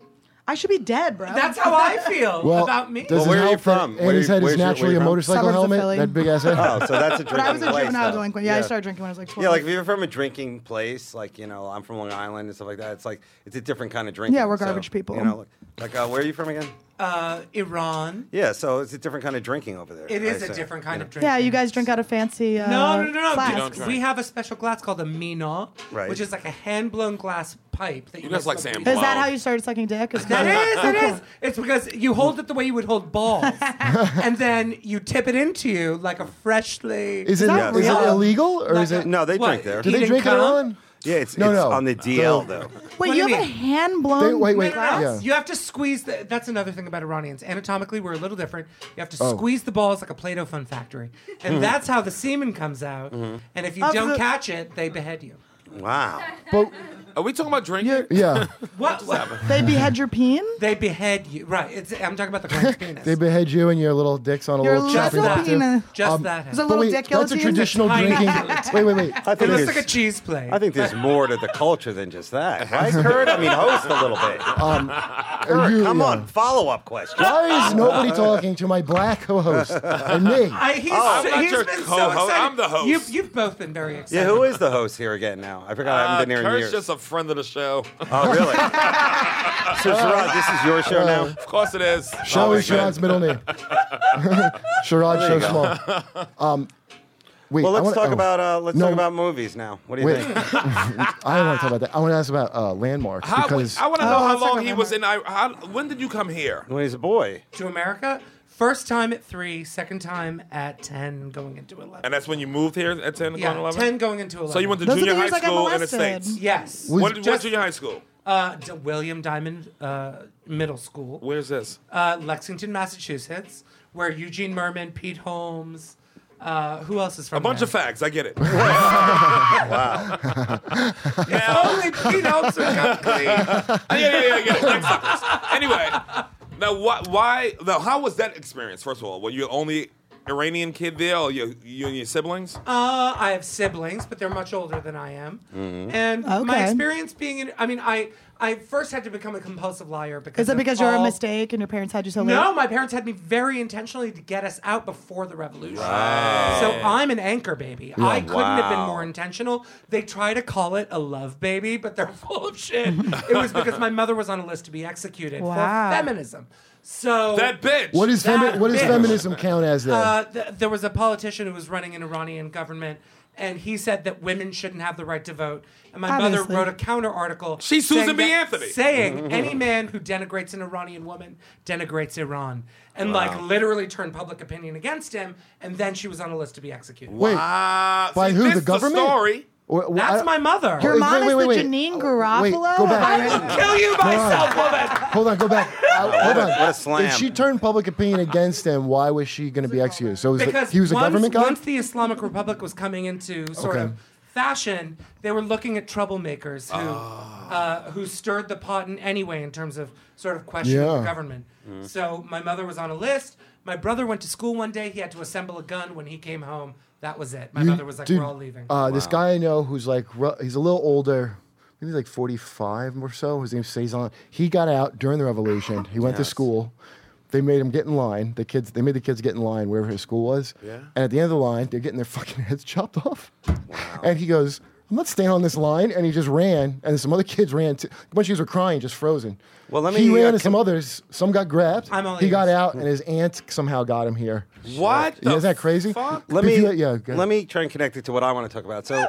E: I should be dead, bro.
D: That's how I feel
C: Well,
D: about me.
C: does
I: Well, where
C: it
I: are you
C: help that
I: from? Where
C: Andy's
I: you-
C: head
I: where's
C: is
I: your- where
C: naturally
I: you
C: a
I: from?
C: motorcycle
E: Suburbs of
C: helmet.
E: Philly.
C: That big ass head.
I: Oh, so that's a drinking
E: But I was a
I: place
E: juvenile
I: now.
E: delinquent. Yeah, I started drinking when I was like 12.
I: Yeah, like if you're from a drinking place, like you know, I'm from Long Island and stuff like that. It's like it's a different kind of drinking.
E: Yeah, we're
I: so,
E: garbage people.
I: You know, like, like uh, where are you from again?
D: Uh, Iran.
I: Yeah, so it's a different kind of drinking over there.
D: It is
I: I
D: a
I: assume.
D: different kind of drink.
E: yeah, you guys drink out of fancy. Uh,
D: No, no, no, no.
E: flasks.
D: dude.
B: don't drink.
D: we have a special glass called a mina,
I: Right.
D: which is like a hand blown glass pipe. That you,
B: guys like
D: smoke
B: saying
D: weed.
E: Is that how you started sucking dick? Is
D: That is, it is. It's because you hold it the way you would hold balls, and then you tip it into you like a freshly.
C: Is it,
E: that
C: is it
E: real?
C: illegal or
D: Like
C: is
D: a-
C: it?
I: No, they
D: What,
I: drink there.
C: Do
D: eat
C: they
D: and
C: drink it
D: cum?
C: on?
I: Yeah, it's,
C: No,
I: it's
C: no.
I: on the DL
C: No.
I: though.
E: Wait,
D: What do
E: you
D: you
E: have a
D: mean?
E: hand blown
C: They- wait, wait,
E: glass?
C: yeah.
D: You have to squeeze. The, that's another thing about Iranians. Anatomically, we're a little different. You have to
C: Oh.
D: squeeze the balls like a Play-Doh fun factory, and that's how the semen comes out. And if you
E: Of
D: don't
E: the-
D: catch it, they behead you.
I: Wow.
C: But
B: Are we talking about drinking?
C: yeah,
D: What?
E: They behead your peen?
D: They behead you. Right. It's, I'm talking about the French penis.
C: they behead you and your little dicks on a
E: Your
C: little chopping
E: little
C: block. too.
E: penis.
D: Just
C: Um,
D: that.
E: Is it a
D: It
E: little
C: But wait,
E: dick
C: that's a
E: guillotine?
C: traditional
D: Tiny
C: drinking.
D: guillotine.
C: Wait, wait, wait.
I: I think
D: looks
I: there's-
D: like a cheese plate.
I: I think there's more to the culture than just that, right, Kurt? I mean, host a little bit.
C: Are you-
I: Come
C: yeah.
I: on, follow up question.
C: Why is nobody talking to my black co-host and me?
D: I, he's
B: Oh, I'm
D: so,
B: not
D: he's
B: your
D: been so
B: co-host.
D: excited.
B: I'm the host.
D: You've, you've both been very
I: Yeah,
D: excited.
I: who is the host here again now? I forgot. I
B: Uh,
I: haven't been here in
B: Kurt's
I: years.
B: just a friend of the show.
I: oh, really?
B: Uh,
I: so, Gerard, this is your show
C: Uh,
I: now.
B: of course it is.
C: Show
I: my
C: is Sherrod's middle name. Sherrod Show
I: you go.
C: Small. Um, wait,
I: Well,
C: I
I: let's
C: wanna-
I: talk
C: oh,
I: about uh, let's
C: No.
I: talk about movies now. What do you
C: Wait.
I: think?
C: I want to talk about that. I want to ask about uh, landmarks
B: How,
C: because
B: I want to know
E: Oh,
B: how
E: that's like
B: long
E: a
B: he was in. I- How, when did you come here?
I: When he's a boy.
D: to America? First time at three, second time at ten, going into eleven.
B: And that's when you moved here at 10,
D: yeah,
B: 11?
D: 10 going into 11.
B: So you went to
E: Those are
B: junior
E: the
B: high
E: years I got
B: school in the
E: molested.
B: States.
D: Yes.
B: What, what
D: Just,
B: junior high school?
D: uh, D- William Diamond uh, Middle School,
B: Where's this?
D: uh, Lexington, Massachusetts, where Eugene Merman, Pete Holmes, uh, who else is from
B: A bunch
D: there?
B: of facts. I get it.
D: Only Pete Holmes would come clean.
B: yeah, yeah, yeah, yeah. Leg suckers. Anyway, now why? Why? Now, how was that experience? First of all, were you the only Iranian kid there, or you, you and your siblings?
D: Uh, I have siblings, but they're much older than I am. And my
E: Okay.
D: experience being in, I mean, I, I first had to become a compulsive liar because.
E: Is it
D: of
E: because you're a
D: all-
E: mistake and your parents had you so late?
D: Oh. No, my parents had me very intentionally to get us out before the revolution. So I'm an anchor baby. I couldn't have been
I: Wow.
D: more intentional. They try to call it a love baby, but they're full of shit. it was because my mother was on a list to be executed
E: Wow.
D: for feminism. So
B: that bitch.
C: what is femi-
D: that
C: what does
D: bitch.
C: feminism count as there?
D: uh, th- there was a politician who was running an Iranian government, and he said that women shouldn't have the right to vote. And my mother
E: Obviously.
D: wrote a counter article.
B: She's
D: saying
B: Susan B.
D: that-
B: Anthony.
D: Saying any man who denigrates an Iranian woman denigrates Iran. And like literally turned public opinion against him, and then she was on a list to be executed.
C: wait,
B: Ah,
C: by
B: see,
C: who?
B: this
C: The
B: is
C: government?
B: story.
C: Wha- wha-
D: That's
C: I-
D: my mother.
E: Your
C: Wait,
E: mom
C: wait,
E: is
C: wait,
E: the
C: wait.
E: Janine
C: Wait,
E: Garofalo?
C: go
D: I
C: back.
D: will kill you myself, woman.
C: Hold on, go back. Uh, hold
I: a-
C: on.
I: what a slam.
C: If she turned public opinion against him, why was she going to be executed? So it was the-
D: Because
C: he was a
D: once,
C: government guy.
D: once the Islamic Republic was coming into sort
C: Okay.
D: of fashion, they were looking at troublemakers who
I: Ah.
D: uh, who stirred the pot in any way in terms of sort of questioning the
C: Yeah.
D: government.
I: Mm-hmm.
D: So my mother was on a list. My brother went to school one day. He had to assemble a gun when he came home. That was it. My
C: You-
D: mother was like,
C: dude,
D: "We're all leaving."
C: Uh, This guy I know who's like, ru- he's a little older, maybe like 45 or so. His name's Cezanne. He got out during the revolution. He went to school. They made him get in line. The kids, they made the kids get in line wherever his school was. Yeah. And at the end of the line, they're getting their fucking heads chopped off. And he goes, I'm not staying on this line. And he just ran. And some other kids ran. Too. A bunch of kids were crying, just frozen.
I: Well, let
C: He
I: me,
C: ran
I: uh,
C: to some
I: com-
C: others. Some got grabbed.
D: I'm all
C: he got
D: ears.
C: out, and his aunt somehow got him here.
B: What?
C: Isn't
B: the
C: that crazy?
B: Fuck?
I: Let
C: If
I: me
C: you- yeah, go
I: let me try and connect it to what I want to talk about. So,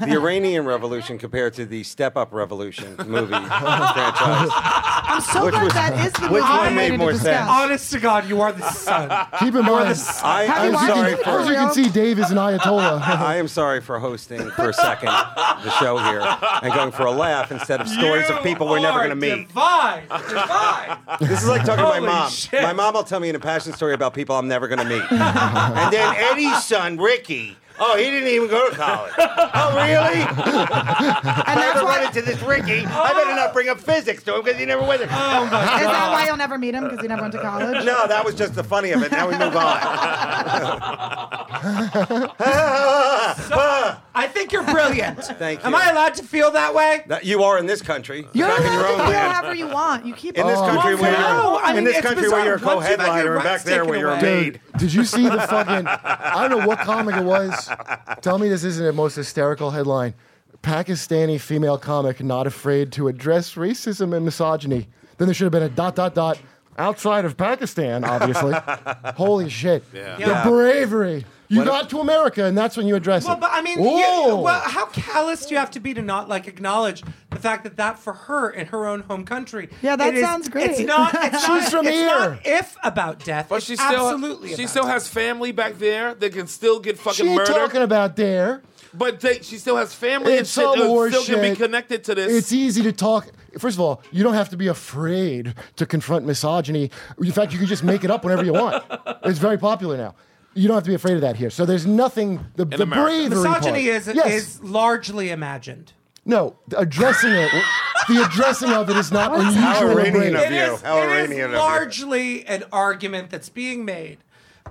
I: the Iranian Revolution compared to the Step Up Revolution movie franchise.
E: I'm so
I: Which
E: glad
I: was-
E: that is the
I: which
E: movie
I: one
E: I
I: made
E: needed to
I: more
E: discuss.
I: sense?
D: Honest to God, you are the son.
C: Keep in mind,
I: I,
E: Have you
I: I'm
E: watched
I: sorry
E: it?
I: for
C: as you can see, Dave is an Ayatollah.
I: I am sorry for hosting for a second the show here and going for a laugh instead of stories
D: You
I: of people we're never
D: are
I: going to
D: divine.
I: meet.
D: five. You're five.
I: This is like talking to my
D: Holy
I: mom.
D: shit.
I: My mom will tell me an impassioned story about people I'm never going to meet. and then Eddie's son, Ricky. Oh, he didn't even go to college. Oh, really? if I ever run into this Ricky, I better not bring up physics to him because he never went there.
E: Is that why you'll never meet him? Because he never went to college?
I: No, that was just the funny of it. Now we move on.
D: I think you're brilliant.
I: Thank
D: Am
I: you.
D: I allowed to feel that way?
I: That- you are in this country.
E: You're
I: back in
E: allowed
I: your own
E: to feel
I: land.
E: however you want. You keep
I: In this country,
D: Well,
I: where
D: Oh, no,
I: you're,
D: I mean,
I: in this
D: it's
I: country where
D: bizarre.
I: you're a
D: Once you've had your
I: co-headliner, and back
D: rights
I: there
D: taken
I: where you're a
D: away.
C: Dude,
I: maid.
C: did you see the fucking? I don't know what comic it was. Tell me this isn't the most hysterical headline. Pakistani female comic not afraid to address racism and misogyny. Then there should have been a dot dot dot outside of Pakistan, obviously. Holy shit!
D: Yeah.
C: The bravery. You got to America, and that's when you address
D: Well,
C: it. Oh,
D: but I mean, you,
C: Whoa.
D: well, how callous do you have to be to not like acknowledge the fact that that for her in her own home country?
E: Yeah, that
D: it is-
E: sounds great.
D: It's not. It's
C: She's
D: not,
C: from
D: it's
C: here.
D: Not if about death,
B: But
D: it's
B: she still
D: absolutely.
B: she
D: about
B: still
D: death.
B: has family back there that can still get
C: she
B: fucking
C: ain't
B: murdered.
C: talking about there.
B: but they, she still has family
C: It's
B: and
C: all
B: shit that
C: war
B: still can be
C: shit.
B: connected to this.
C: It's easy to talk. First of all, you don't have to be afraid to confront misogyny. In fact, you can just make it up whenever you want. It's very popular now. You don't have to be afraid of that here. So there's nothing. The, the
B: America.
C: bravery.
D: Misogyny
C: part.
D: is
C: yes.
D: is largely imagined.
C: no addressing it. the addressing of it is not
I: How
C: unusual. or
I: Iranian
C: brave.
I: of you.
D: It is,
I: How
D: it is
I: Iranian of you.
D: largely an argument that's being made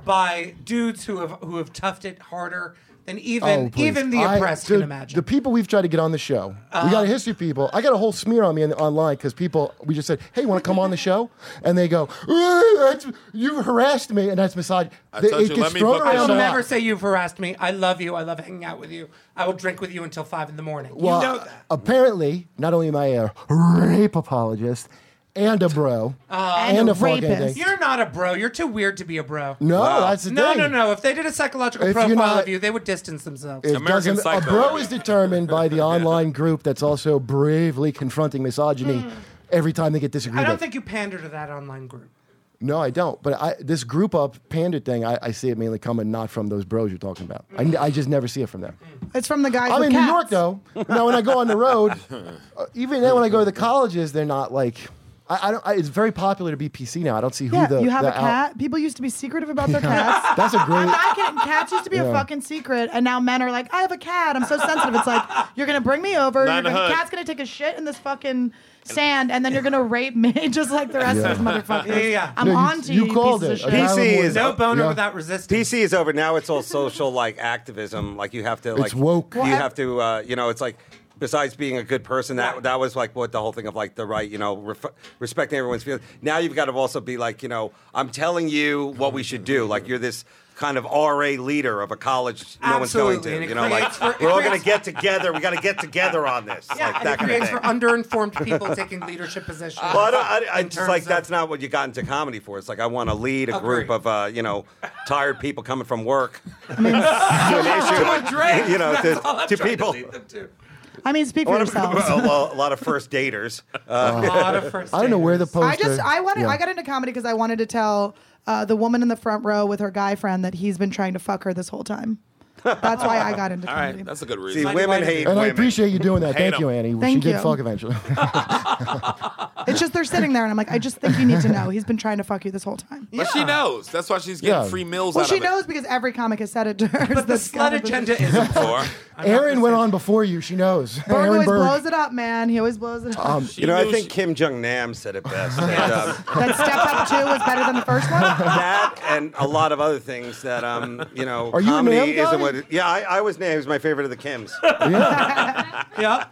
D: by dudes who have who have toughed it harder than even
C: Oh, please.
D: even the
C: I-
D: oppressed
C: dude,
D: can imagine. Uh-huh.
C: The people we've tried to get on the show, we got a history of people. I got a whole smear on me in, online because people, we just said, hey, want to come on the show? And they go, "Ooh, that's- you harassed me, and that's misogyny.
B: I
C: They-
B: told
C: it
B: you,
C: gets
B: let me
C: thrown
B: book the
D: I will
C: around a
B: show.
C: lot.
D: never say you've harassed me. I love you. I love hanging out with you. I will drink with you until five in the morning.
C: Well,
D: you know that.
C: apparently, not only am I a rape apologist and a bro
D: Uh-huh.
C: and,
E: And
C: a
E: a
C: fucking
E: rapist.
C: thing.
D: You're not a bro. You're too weird to be a bro.
C: No, that's the
D: no,
C: thing.
D: no, no. If they did a psychological
C: If you're
D: profile
C: not-
D: of you, they would distance themselves.
C: It
B: American
C: doesn't-
B: Psycho.
C: A bro is determined by the online group that's also bravely confronting misogyny every time they get disagreed
D: Hmm. I don't
C: with.
D: think you pander to that online group.
C: No, I don't. But I, this group up panda thing, I, I see it mainly coming not from those bros you're talking about. I, I just never see it from them.
E: It's from the guys
C: I'm
E: with
C: in New York
E: cats.
C: though. Now when I go on the road, uh, even then when I go to the colleges, they're not like. I, I don't. I, it's very popular to be PC now. I don't see who
E: Yeah,
C: the
E: you have
C: the
E: a
C: out-
E: cat. People used to be secretive about their cats.
C: That's a
E: I'm
C: great.
E: not kidding. Cats used to be
C: Yeah.
E: a fucking secret, and now men are like, I have a cat. I'm so sensitive. It's like you're gonna bring me over.
B: Not
E: Your
B: in the hood.
E: cat's gonna take a shit in this fucking sand, and then you're gonna rape me just like the rest of us motherfuckers.
D: Yeah, yeah.
E: I'm
C: No, you-
E: on to
C: you
E: you.
C: called
E: pieces
C: it.
E: Of
C: Okay.
E: shit.
I: PC is
D: No boner
C: yeah.
D: without resistance.
I: PC is over now. It's all social like activism. Like you have to like
C: woke.
I: You
E: Well, ev-
I: have to uh, you know it's like besides being a good person that
D: Right.
I: that was like what the whole thing of like the right you know ref- respecting everyone's feelings. Now you've got to also be like you know I'm telling you what we should do. Like you're this kind of RA leader of a college no one's
D: Absolutely, and
I: going to.
D: it
I: You know like
D: creates for- it
I: we're all going
D: creates-
I: to get together. We got to get together on this.
D: Yeah,
I: like
D: and it
I: that kind of
D: creates
I: thing.
D: for underinformed people taking leadership positions.
I: Well, I, don't, I, I
D: in
I: just
D: terms
I: like
D: of-
I: that's not what you got into comedy for. It's like I want to lead a group
D: Agreed.
I: of uh, you know tired people coming from work
D: To a drink.
I: You know,
D: That's
I: to-
D: all I'm
I: to
D: trying
I: people.
D: lead them to.
E: I mean, speak for
I: What about-
E: yourselves.
I: well, a lot of first daters. Uh,
D: A lot of first
C: I don't know where the
D: daters.
C: poster.
E: I just I wanted
C: Yeah.
E: I got into comedy because I wanted to tell uh, the woman in the front row with her guy friend that he's been trying to fuck her this whole time. That's why I got into
B: All
E: comedy.
B: right, that's a good
I: see,
B: reason.
I: women hate
C: And
I: women.
C: I appreciate you doing that.
B: Hate
C: Thank you,
B: 'em.
C: Annie.
E: Thank
C: she did
E: you.
C: fuck eventually.
E: it's just they're sitting there and I'm like, I just think you need to know. He's been trying to fuck you this whole time.
B: but she knows. That's why she's getting
C: Yeah.
B: free meals
E: Well,
B: out
E: she
B: of
E: knows because every comic has said it to her.
D: But the
E: That's kind
D: slut
E: of the-
D: agenda is
B: it. For.
C: Aaron went on before you. She knows.
E: Berg
C: Aaron
E: always
C: Berg.
E: blows it up, man. He always blows it up.
B: She
I: You know, I
B: knew
I: think
B: she-
I: Kim Jong Nam said it best. And, uh,
E: that step up two was better than the first one.
I: that and a lot of other things that um, you know,
C: Are you a
I: comedy
C: Nam guy?
I: isn't what. It, yeah, I, I was Nam. He was my favorite of the Kims.
D: Yeah.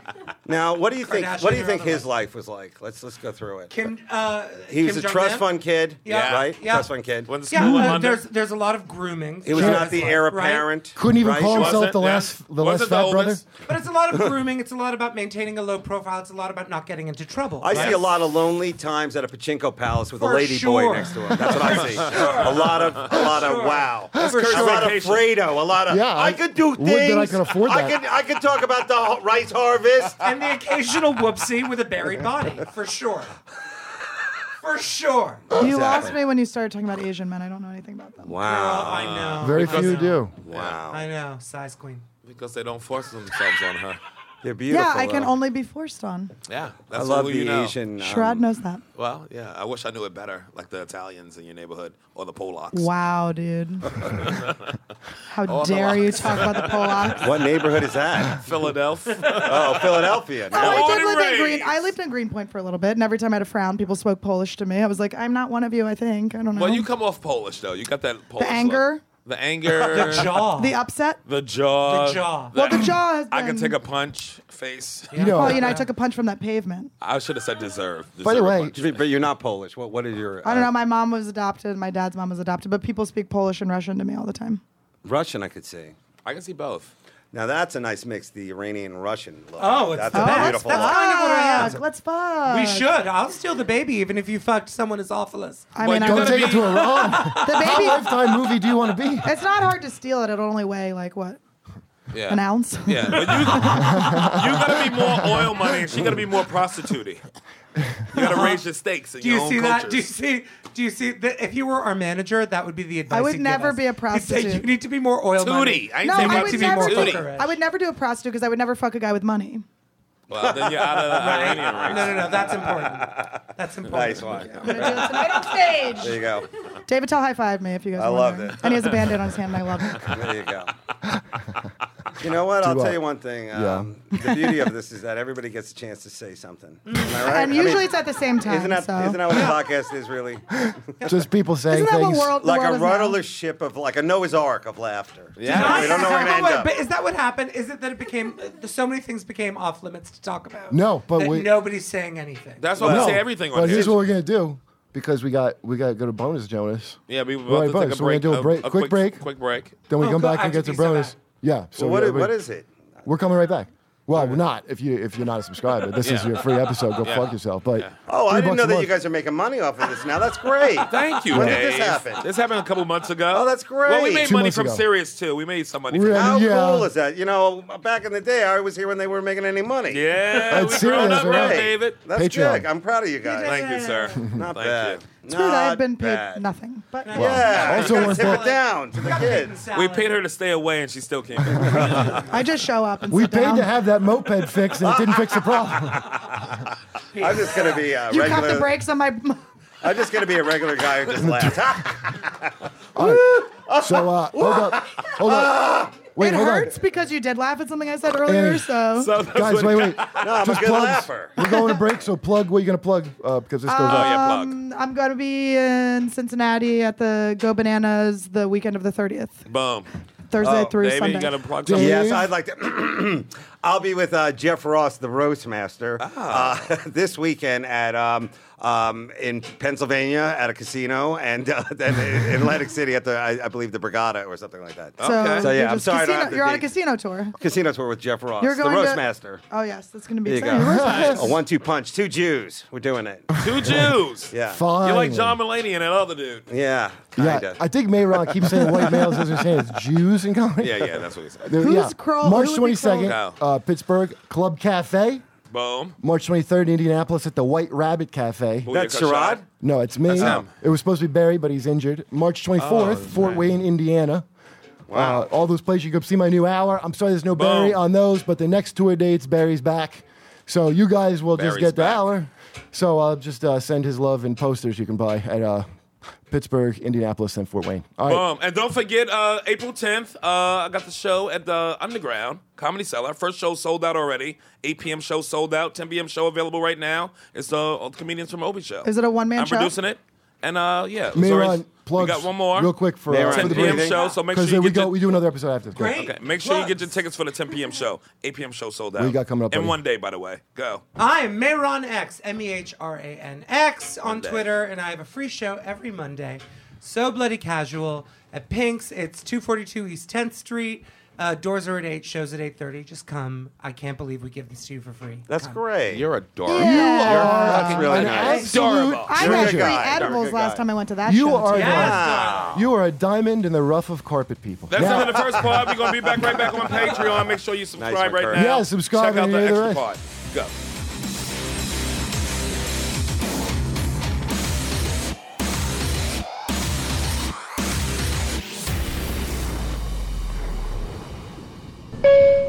I: Now, what do you think?
D: Kardashian
I: What do you
D: or
I: think his
D: otherwise.
I: life was like? Let's let's go through it.
D: Kim. Uh,
I: he was
D: Kim
I: a
D: Jong
I: trust
D: Nam?
I: fund kid,
D: Yeah.
I: right?
D: Yeah.
I: Trust fund kid.
B: Went to school
D: Yeah,
B: in
D: uh,
B: London.
D: there's there's a lot of grooming.
I: He was
D: throughout
I: not
D: his
I: the
D: life,
I: heir
D: right?
I: apparent.
C: Couldn't even
I: right?
C: call
I: She
C: himself
B: wasn't,
C: the
B: yeah.
C: last, the last
B: Wasn't the
C: fat brother.
B: oldest.
D: But it's a lot of grooming. It's a lot about maintaining a low profile. It's a lot about not getting into trouble.
I: I see
D: right?
I: a lot of lonely times at a pachinko palace with a
D: For
I: lady boy
D: sure.
I: next to him. That's what I see. A lot of, a lot of wow.
D: For
I: a
D: sure.
I: lot of
B: vacation.
I: Fredo. A lot of.
C: Yeah,
I: I,
C: I
I: could do
C: would
I: things.
C: that I could afford
I: I
C: that.
I: could, I could talk about the ho- rice harvest.
D: and the occasional whoopsie with a buried body, for sure. For sure. Oh,
E: You lost me when you started talking about Asian men. I don't know anything about them.
I: Wow.
D: I know.
C: Very
D: I
C: few
D: know.
C: do.
I: Wow.
D: I know. Size queen.
B: because they don't force themselves on her.
I: They're beautiful.
E: Yeah, I can
I: though.
E: only be forced on.
B: Yeah,
I: I
B: that's
I: love
B: who
I: the
B: you know.
I: Asian. um,
E: Sherrod knows that.
B: Well, yeah, I wish I knew it better, like the Italians in your neighborhood or the Polacks.
E: Wow, dude. How
B: Oh, no.
E: dare you talk about the Polacks?
I: What neighborhood is that?
B: Philadelphia.
I: oh, Philadelphia.
E: Oh,
I: No.
B: Born
E: I did
B: and
E: live in Green.
B: raised.
E: I lived in Greenpoint for a little bit, and every time I had a frown, people spoke Polish to me. I was like, I'm not one of you. I think I don't know.
B: well, you come off Polish though. You got that Polish.
E: anger?
B: look. the anger,
D: The jaw.
E: the upset.
B: the jaw,
D: The jaw.
E: Well, the jaw has
B: I can
E: been-
B: take a punch. Face.
C: You know,
E: Oh, you know, I took a punch from that pavement.
B: I should have said deserve.
C: By the
B: Deserve a
C: way,
B: punch.
I: But you're not Polish. What? What is your?
E: I don't
I: uh,
E: know. My mom was adopted. My dad's mom was adopted, but people speak Polish and Russian to me all the time.
I: Russian, I could see.
B: I can see both.
I: Now that's a nice mix, the Iranian and Russian look.
D: Oh, it's
I: that's
D: the
I: a
D: best.
I: beautiful
D: That's
I: look.
D: kind
B: Ah!
D: of what I am.
E: Fuck, Let's fuck.
D: We should. I'll steal the baby, even if you fucked someone as awful as.
E: I
B: Well,
E: mean,
B: you
E: I
C: don't
B: gotta
C: take
B: be-
C: it to Iran. How
E: the baby.
C: lifetime movie do you want to be?
E: It's not hard to steal it. It'll only weigh like what
B: Yeah.
E: an ounce.
B: Yeah, but you, you gotta be more oil money, and she gotta be more prostituting. You gotta raise your stakes in
D: Do
B: your
D: you
B: own
D: see
B: cultures.
D: that? Do you see? Do you see that? If you were our manager, that would be the advice.
E: would
D: he'd give
E: never
D: us.
E: be a
D: He'd
E: prostitute.
D: say, you need to be more oil.
B: Tootie.
D: money."
B: I ain't
E: No,
B: saying
E: I
B: about
E: would
B: to be
E: never
B: more
E: do-
B: tootie.
E: I would never do a prostitute because I would never fuck a guy with money.
B: Well, then you're out of the Iranian race.
D: No, no, no. That's important. That's important.
I: Nice one.
E: I'm gonna do it tonight on
I: There
E: stage.
I: you go.
E: David Tell high five me if you guys.
I: I
E: want
I: loved
E: to.
I: it.
E: And he has a band-aid on his hand, and I love it.
I: There you go. You know what? I'll
C: what?
I: tell you one thing. Um, The beauty of this is that everybody gets a chance to say something. Am I right?
E: And
I: I
E: usually
I: mean,
E: it's at the same time.
I: Isn't that,
E: so.
I: isn't that what the podcast is really?
C: Just people saying
E: Isn't that what
C: things.
E: world the
I: Like
E: world
I: a
E: is now?
I: rudderless ship of like a Noah's Ark of laughter.
B: Yeah.
I: We don't know where to
D: But
I: end
D: wait,
I: up.
D: But is that what happened? Is it that it became so many things became off limits to talk about?
C: No, but
D: that
C: we-
D: nobody's saying anything.
B: That's why
C: No,
B: we say everything on
C: But
B: here.
C: here's what we're gonna do because we got we got to go to bonus, Jonas.
B: Yeah, we were
C: Right,
B: about to
C: bonus.
B: take a
C: So we're
B: break.
C: gonna do a break- quick break.
B: Quick break.
C: Then we
D: Oh,
C: come
D: God,
C: back
D: I
C: and
D: have
C: get to
D: to be so
C: bonus.
D: bad.
C: yeah. So
I: Well, what,
C: we-
I: i- what is it?
C: We're coming right back. Well, we're not if you if you're not a subscriber. This is
B: Yeah.
C: your free episode. Go
B: Yeah.
C: fuck yourself. But
I: Oh,
C: three
I: I didn't
C: bucks
I: know
C: a
I: that
C: month.
I: you guys are making money off of this now. That's great.
B: Thank you.
I: When did this
B: Dave.
I: happen?
B: This happened a couple months ago.
I: Oh, that's great.
B: Well, we made
C: Two
B: money
C: months
B: from
C: ago.
B: Sirius too. We made some money.
C: We're
B: from
C: at-
I: How
C: Yeah.
I: cool is that? You know, back in the day, I was here when they weren't making any money.
B: Yeah,
C: It's
B: we grown
C: Sirius,
B: up now,
C: right?
B: David.
I: That's
C: Patreon.
I: good. I'm proud of you guys.
B: Thank you, sir.
I: Not
B: Thank
I: bad.
B: you.
E: It's rude, I've
I: Not
E: been paid
I: bad.
E: nothing. But
I: Yeah.
C: Also
I: Also,
C: one
I: you gotta tip
C: point-
I: it down to the kids.
B: We paid her to stay away, and she still came. Oh, back.
E: I just show up and
C: We
E: sit
C: paid
E: down.
C: to have that moped fixed and it didn't fix the problem.
I: I'm just gonna be a
E: you cut the
I: regular.
E: brakes on my.
I: I'm just gonna be a regular guy who just laughs. Ha!
C: All right. So uh, hold up, hold up. Wait,
E: it
C: hold
E: hurts because you did laugh at something I said earlier.
C: Eh.
E: So,
B: So that's
C: on, guys.
B: what-
C: Wait, wait.
I: No, I'm
C: Just
I: a good
C: plugs.
I: laugher.
C: We're going to break, so plug. What are you gonna plug? Uh, because this goes
B: Oh
C: up.
B: yeah, plug.
E: um, I'm going to be in Cincinnati at the Go Bananas the weekend of the 30th,
B: Boom.
E: Thursday
I: Oh,
E: through
B: David,
E: Sunday.
B: you gotta plug
C: Dave.
B: something.
I: Yes, I'd like to. I'll be with uh, Jeff Ross, the roast master,
E: Ah.
I: uh, this weekend at um, um, in Pennsylvania at a casino and uh, then in Atlantic City at the I, I believe the Brigada or something like that.
B: Okay. So,
I: yeah,
E: you're
I: I'm
E: just
I: sorry I don't
E: Casino,
I: have the
E: you're on a
I: date.
E: casino tour.
I: Casino tour with Jeff Ross,
E: You're
I: the
E: going
I: roast
E: to-
I: master.
E: Oh yes, that's going to be
I: There you
E: exciting.
I: go.
E: Where's this?
I: A one-two punch, two Jews. We're doing it.
B: Two Jews.
I: Yeah.
C: Fine.
B: You're like John Mulaney and that other dude.
I: Yeah.
C: Yeah,
I: Kinda.
C: I think Mayron keeps saying white males as they're saying it's Jews and comedy.
B: Yeah, yeah, that's what he said.
C: There-
E: Who's
C: yeah.
E: Kroll?
C: March
E: Who would be
C: 22nd,
B: Kroll?
C: uh, Pittsburgh Club Cafe.
B: Boom.
C: March 23rd, Indianapolis at the White Rabbit Cafe.
I: That's
B: Julio
I: Sherrod?
B: Kashad.
C: No, it's me.
B: him. Oh,
C: It was supposed to be Barry, but he's injured. March 24th, Fort Wayne, Indiana. Wow. Uh, all those places. You can see my new hour. I'm sorry there's no
B: Boom.
C: Barry on those, but the next tour dates, Barry's back. So you guys will just
B: Barry's
C: get the
B: back.
C: hour. So uh, just uh, send his love and posters you can buy at uh, Pittsburgh, Indianapolis, and Fort Wayne. All right.
B: Boom. Um, And don't forget, uh, April 10th, uh, I got the show at the Underground Comedy Cellar. First show sold out already. 8 p.m. show sold out. 10 p.m. show available right now. It's the uh, Comedians from Obi show.
E: Is it a one-man
B: I'm
E: show?
B: producing it. And uh, yeah, it's already-
C: Mayron,
B: we
C: plugs
B: got one more.
C: real quick for, uh,
I: Mayron,
C: for
B: 10
C: the
B: p.m.
C: break.
B: show. So make sure
C: then
B: you
C: we
B: get
C: go.
B: your-
C: we do another episode after. this. Go.
D: Great.
B: Okay, make sure you get your
D: Plugs.
B: tickets for the 10 p.m. show. 8 p.m. show sold out.
C: you got coming up,
B: in
C: buddy?
B: one day, by the way. Go.
D: I'm Mehran X, M E H R A N X, on
B: Monday.
D: Twitter, and I have a free show every Monday. So bloody casual at Pink's. It's 242 East 10th Street. Uh, doors are at eight. Shows at 8:30. Just come. I can't believe we give this to you for free.
I: That's
D: Come.
I: great.
B: You're a dork.
I: That's really
C: An
I: nice.
C: absolute
B: Adorable.
E: I
I: You're a
E: had
I: good
E: free
I: guy. You're a
E: edibles
I: good
E: last
I: guy.
E: time I went to that
C: You
E: show.
C: are
E: too.
D: Yes,
C: You are a diamond in the rough of carpet people.
B: That's
C: Now-
B: it for the first part. We're going to be back right back on Patreon. Make sure you subscribe
I: one,
B: right
I: Kurt.
B: now.
C: Yeah, subscribe
B: Check out
C: and
B: the
C: hear the
B: extra
C: rest.
B: part. Go.